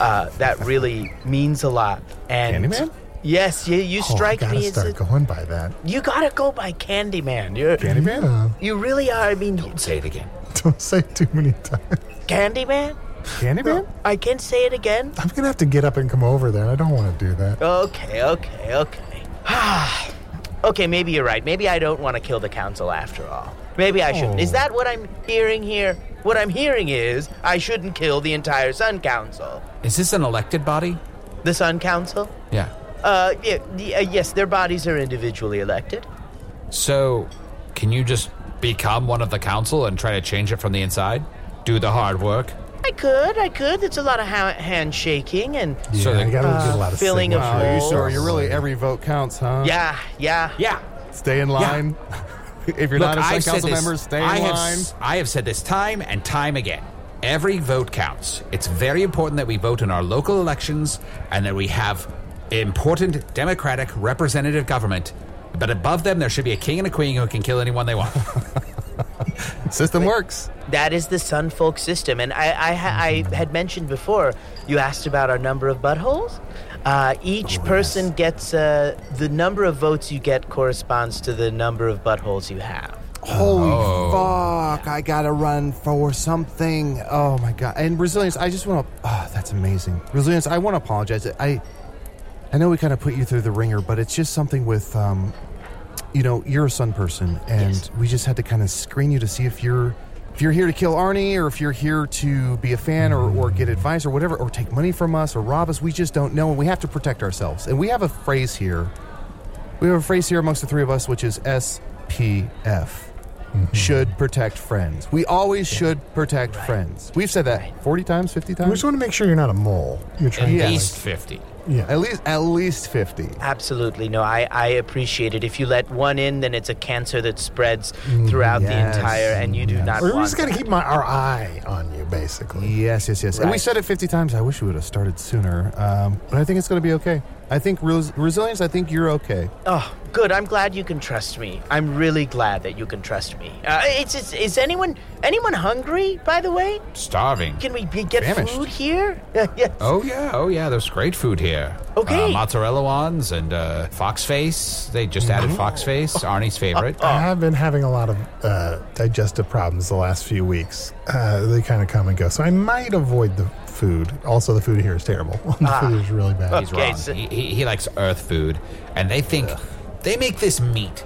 uh, that really means a lot. And
Candyman?
Yes, you, you
oh, I
strike
gotta
me as
start
a,
going by that.
you gotta go by Candyman. You're
Candyman? Yeah.
You really are. I mean, don't
say it again.
Don't say it too many times.
Candyman.
Candyman?
I can say it again.
I'm gonna have to get up and come over there. I don't want to do that.
Okay, okay, okay. okay, maybe you're right. Maybe I don't want to kill the council after all. Maybe I shouldn't. Is
Oh.
that what I'm hearing here? What I'm hearing is I shouldn't kill the entire Sun Council.
Is this an elected body?
The Sun Council?
Yeah.
Uh, yeah, the- uh, yes, their bodies are individually elected.
So, can you just become one of the council and try to change it from the inside? Do the hard work?
I could, I could. That's a lot of ha- handshaking and
So they-
uh, filling of
Wow, you
holes.
sure you're really every vote counts, huh?
Yeah, yeah,
yeah.
Stay in line. if you're
Look,
not a Sun
I've said
council
this-
member, stay in
I have,
line.
s- I have said this time and time again. Every vote counts. It's very important that we vote in our local elections and that we have important democratic representative government But above them, there should be a king and a queen who can kill anyone they want.
System works.
That is the Sunfolk system, and I, I, ha- I had mentioned before. You asked about our number of buttholes. Uh, each person gets uh, the number of votes you get corresponds to the number of buttholes you have.
Holy
Oh.
fuck! I gotta run for something. Oh my god! And resilience. I just want to. Oh, that's amazing. Resilience. I want to apologize. I, I know we kind of put you through the ringer, but it's just something with, um, you know, you're a sun person, and we just had to kind of screen you to see if you're, if you're here to kill Arnie, or if you're here to be a fan, or or get advice, or whatever, or take money from us, or rob us. We just don't know, and we have to protect ourselves. And we have a phrase here. We have a phrase here amongst the three of us, which is SPF should protect friends. We always should protect friends. We've said that 40 times, 50 times.
We just want to make sure you're not a mole. You're
At
trying to.
least
50.
Yeah.
At least at least 50.
Absolutely. No, I, I appreciate it. If you let one in, then it's a cancer that spreads throughout
Mm-hmm. yes.
the entire, and you do not
Or we
want
just got to keep my, our eye on you, basically.
Yes, yes, yes. And we
Right.
said it 50 times. I wish we would have started sooner. Um, but I think it's going to be okay. I think res- resilience, I think you're okay.
Oh, good. I'm glad you can trust me. I'm really glad Uh, that you can trust me. Uh, it's, it's, is anyone anyone hungry, by the way?
Starving.
Can we be, get
Famished.
food here? yes.
Oh yeah, oh yeah. There's great food here.
Okay.
uh, mozzarella ones and uh, fox face. They just added fox face, Arnie's favorite.
oh.
I have been having a lot of uh, digestive problems the last few weeks. Uh, they kind of come and go. So I might avoid the food. Also, the food here is terrible. the
Ah.
food is really bad.
He's wrong. He, he, he likes earth food, and they think they make this meat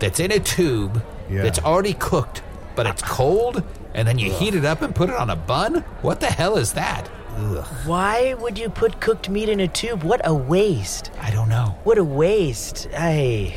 that's in a tube that's already cooked, but it's cold, and then you heat it up and put it on a bun. What the hell is that?
Why would you put cooked meat in a tube? What a waste.
I don't know.
What a waste. Hey.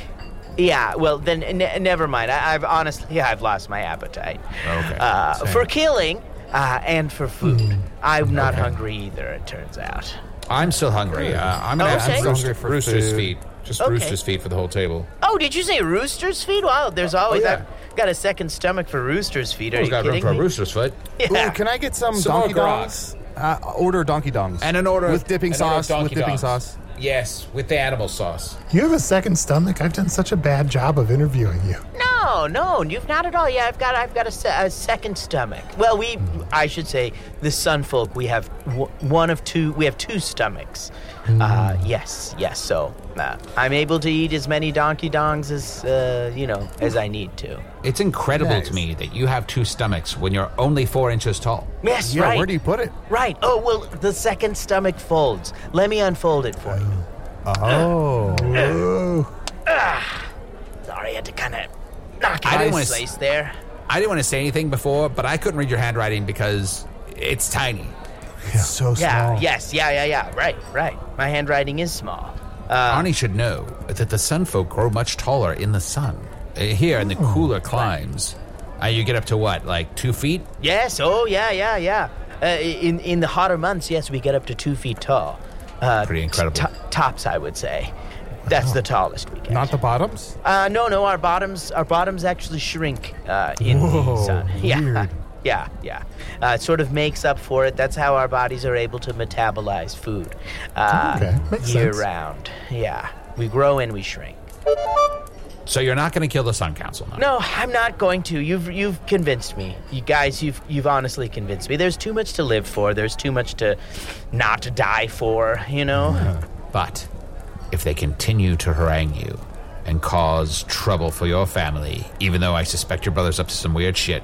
Yeah, well, then n- never mind. I- I've honestly, yeah, I've lost my appetite.
Okay.
Uh,
Same. Hmm.
for killing uh, and for food. I'm not hungry either, it turns out.
I'm still hungry. Uh, I'm
Oh,
gonna have
okay. I'm still
rooster-
hungry for
rooster's
food.
feet. Just
Okay.
rooster's feet for the whole table.
Oh, did you say rooster's feet? Wow, there's always.
yeah.
I've got a second stomach for rooster's feet. Are
Who's
you
got room
kidding
for a
me?
rooster's foot?
Ooh, can I get some,
Some more
donkey
grog.
dongs? Uh, order donkey dongs.
And an order
With dipping
an order of
sauce. With
donkey
dipping
dogs.
sauce.
Yes, with the animal sauce.
You have a second stomach? I've done such a bad job of interviewing you.
No, no, you've not at all. Yeah, I've got, I've got a, se- a second stomach. Well, we, I should say, the Sunfolk, we have w- one of two. We have two stomachs. Uh, yes, yes. So uh, I'm able to eat as many donkey dongs as uh, you know as I need to.
It's incredible
Nice.
to me that you have two stomachs when you're only four inches tall.
Yes, Yeah, right. where do you
put it?
Right. Oh well, the second stomach folds. Let me unfold it for you.
Oh.
Sorry, I had to kind of knock
I
it
didn't
out
wanna
of
s-
place there.
I didn't want to say anything before, but I couldn't read your handwriting because it's tiny.
So
yeah.
Oh.
Yes. Yeah. Yeah. Yeah. Right. Right. My handwriting is small.
Arnie should know that the sunfolk grow much taller in the sun. Uh, Here in the cooler climes, uh, you get up to what, like two feet?
Yes. Oh, yeah, yeah, yeah. Uh, in in the hotter months, yes, we get up to two feet tall. Uh, Pretty incredible. tops, I would say. That's the tallest we get.
Not the bottoms?
Uh, no, no, our bottoms our bottoms actually shrink uh, in
Whoa,
the sun. Yeah.
weird.
Yeah, yeah. Uh, it sort of makes up for it. That's how our bodies are able to metabolize food uh,
Okay, makes
year
sense.
round. Yeah. We grow and we shrink.
So you're not going to kill the Sun Council now.
No, I'm not going to. You've you've convinced me. You guys, you've you've honestly convinced me. There's too much to live for. There's too much to not to die for, you know?
But if they continue to harangue you and cause trouble for your family, even though I suspect your brother's up to some weird shit,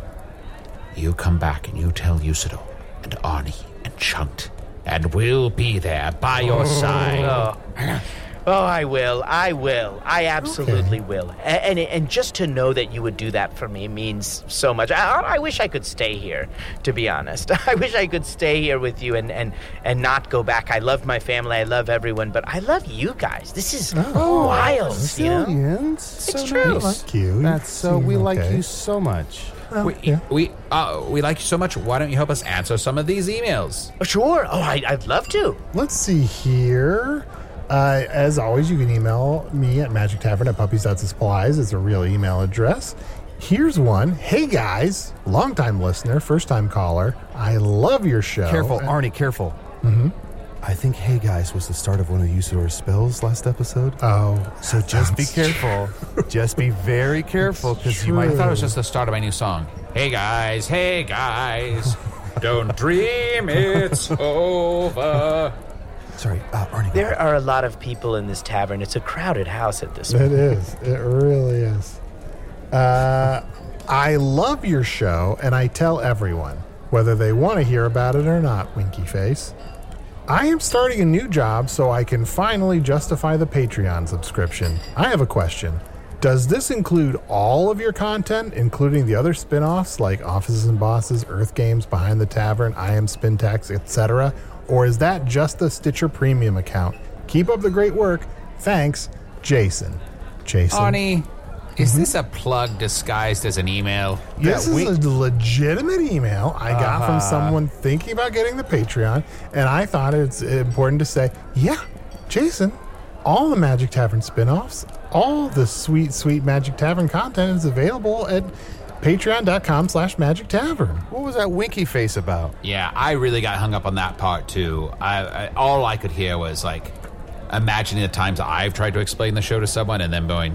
you come back and you tell Usador and Arnie and Chunt, and we'll be there by your side.
Oh. Oh, I will. I will. I absolutely will. A- And, and just to know that you would do that for me means so much. I, I wish I could stay here, to be honest. I wish I could stay here with you and, and, and not go back. I love my family. I love everyone, but I love you guys. This is uh,
Oh,
wild. you know?
Resilience.
It's
So
true.
nice.
I like
you.
That's so. We
seem
like
okay.
you so much.
we we, uh, we like you so much. Why don't you help us answer some of these emails?
Sure. Oh, I, I'd love to.
Let's see here. Uh, as always, you can email me at magic tavern at puppies supplies. It's a real email address. Here's one. Hey guys, longtime listener, first time caller. I love your show.
Careful, Arnie, careful.
hmm
I think Hey Guys was the start of one of Usador's spells last episode.
Oh.
So just be careful. just be very careful because you might.
I thought it was just the start of my new song. Hey guys, hey guys, don't dream it's over.
Sorry, uh,
There are a lot of people in this tavern. It's a crowded house at this
It is. It really is. Uh, I love your show, and I tell everyone, whether they want to hear about it or not, Winky Face. I am starting a new job so I can finally justify the Patreon subscription. I have a question. Does this include all of your content, including the other spin offs like Offices and Bosses, Earth Games, Behind the Tavern, I Am Spin Tax, etc.? Or is that just the Stitcher Premium account? Keep up the great work. Thanks, Jason. Jason.
Arnie, is
Mm-hmm.
this a plug disguised as an email?
This is a legitimate email I got
Uh-huh.
from someone thinking about getting the Patreon, and I thought it's important to say, yeah, Jason, all the Magic Tavern spin-offs, all the sweet, sweet Magic Tavern content is available at patreon.com slash magic tavern.
What was that winky face about?
Yeah, I really got hung up on that part too. I, I all I could hear was like imagining the times I've tried to explain the show to someone and then going,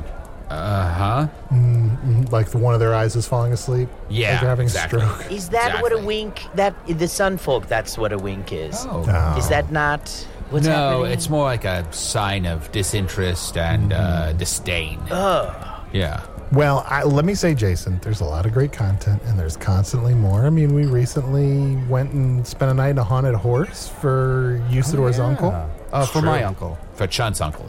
"Uh huh."
Mm, like the one of their eyes is falling asleep.
Yeah,
Like they're having
exactly.
a stroke.
Is that what a wink? That the sunfolk. That's what a wink is.
Oh.
Is that not? What's
no,
happening?
it's more like a sign of disinterest and uh, disdain.
Ugh.
Yeah.
Well, I, let me say, Jason, there's a lot of great content and there's constantly more. I mean, we recently went and spent a night in a haunted horse for Usador's uncle.
Oh, Uh, for my
True.
uncle.
For Chun's uncle.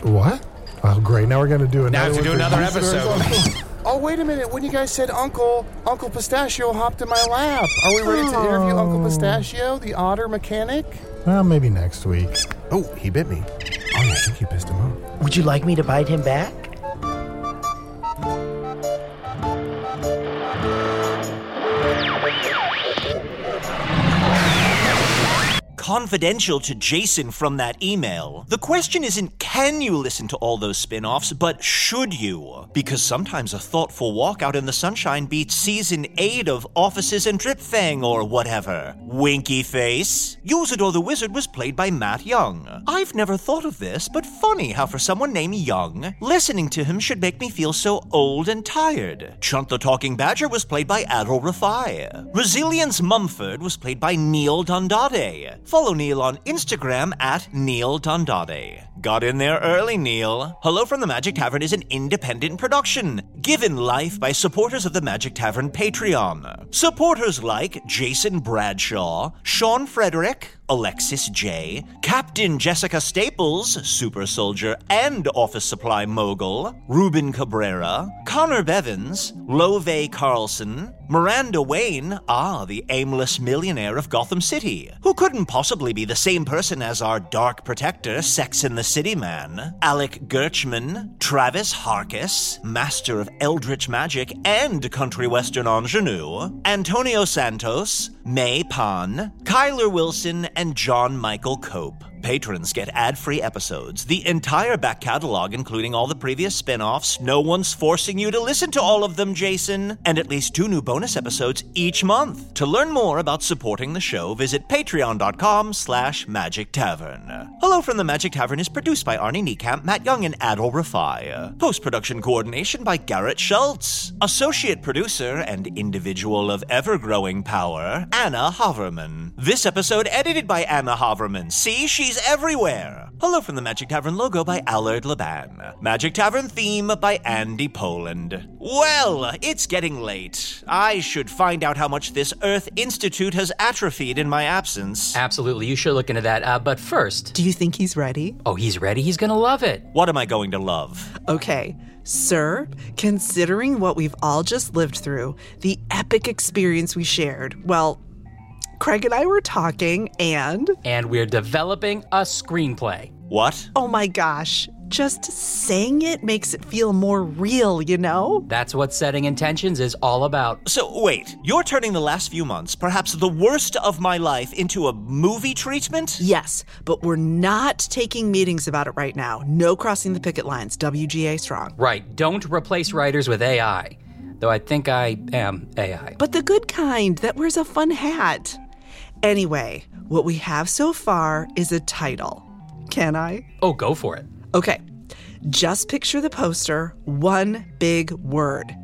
What? Oh, great. Now we're going to do another
Now we have to do
one for
another
Usador's
episode.
uncle.
Oh, wait a minute. When you guys said Uncle, Uncle Pistachio hopped in my lap. Are we ready to interview Uncle Pistachio, the otter mechanic?
Oh. well, maybe next week.
Oh, he bit me. Oh, I think you pissed him off.
Would you like me to bite him back?
Confidential to Jason from that email, the question isn't can you listen to all those spin offs, but should you? Because sometimes a thoughtful walk out in the sunshine beats season 8 of Offices and Drip Fang or whatever. Winky Face. Usador the Wizard was played by Matt Young. I've never thought of this, but funny how for someone named Young, listening to him should make me feel so old and tired. Chunt the Talking Badger was played by Adol Rafai. Resilience Mumford was played by Neil Dondade. Follow Neil on Instagram at Neil Dondade. Got in there early, Neil. Hello from the Magic Tavern is an independent production, given life by supporters of the Magic Tavern Patreon. Supporters like Jason Bradshaw, Sean Frederick, Alexis J, Captain Jessica Staples, Super Soldier and Office Supply Mogul, Ruben Cabrera, Connor Bevins, Love Carlson, Miranda Wayne, ah, the aimless millionaire of Gotham City, who couldn't possibly be the same person as our dark protector, Sex in the City Man, Alec Gerchman, Travis Harkis, master of Eldritch Magic and country western ingenue, Antonio Santos, May Pan, Kyler Wilson, and John Michael Cope. Patrons get ad free episodes, the entire back catalog, including all the previous spin offs. No one's forcing you to listen to all of them, Jason, and at least two new bonus episodes each month. To learn more about supporting the show, visit patreon.com slash magic tavern. Hello from the Magic Tavern is produced by Arnie Niekamp, Matt Young, and Adol Rafai. Post production coordination by Garrett Schultz. Associate producer and individual of ever growing power, Anna Haverman. This episode edited by Anna Haverman. See, she's everywhere. Hello from the Magic Tavern logo by Allard Laban. Magic Tavern theme by Andy Poland. Well, it's getting late. I should find out how much this Earth Institute has atrophied in my absence.
Absolutely, you should look into that. Uh, but first,
Do you think he's ready?
oh, he's ready. He's gonna love it.
What am I going to love?
Okay, sir, considering what we've all just lived through, the epic experience we shared, well, Craig and I were talking and.
And we're developing a screenplay.
What?
Oh my gosh, just saying it makes it feel more real, you know?
That's what setting intentions is all about.
So, wait, you're turning the last few months, perhaps the worst of my life, into a movie treatment?
Yes, but we're not taking meetings about it right now. No crossing the picket lines, WGA strong.
Right, don't replace writers with AI. Though I think I am AI.
But the good kind that wears a fun hat. Anyway, What we have so far is a title. Can I?
Oh, go for it.
Okay. Just picture the poster, one big word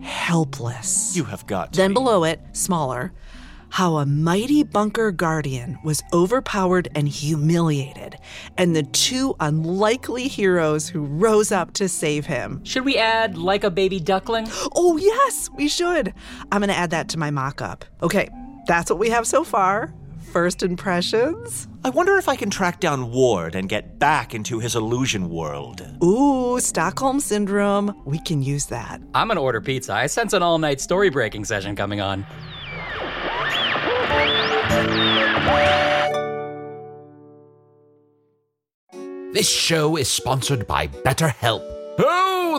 helpless.
You have got.
Then below it, smaller, how a mighty bunker guardian was overpowered and humiliated, and the two unlikely heroes who rose up to save him.
Should we add like a baby duckling?
Oh, yes, we should. I'm going to add that to my mock up. Okay, that's what we have so far. First impressions?
I wonder if I can track down Ward and get back into his illusion world.
Ooh, Stockholm Syndrome. We can use that.
I'm gonna order pizza. I sense an all night story breaking session coming on.
This show is sponsored by BetterHelp. Oh,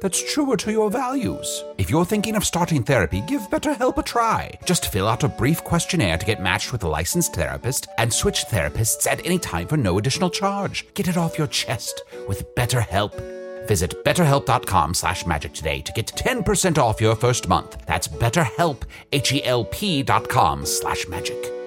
that's truer to your values. If you're thinking of starting therapy, give BetterHelp a try. Just fill out a brief questionnaire to get matched with a licensed therapist and switch therapists at any time for no additional charge. Get it off your chest with BetterHelp. Visit betterhelp.com slash magic today to get E 10% off your first month. That's betterhelp, H-E-L-P dot com slash magic.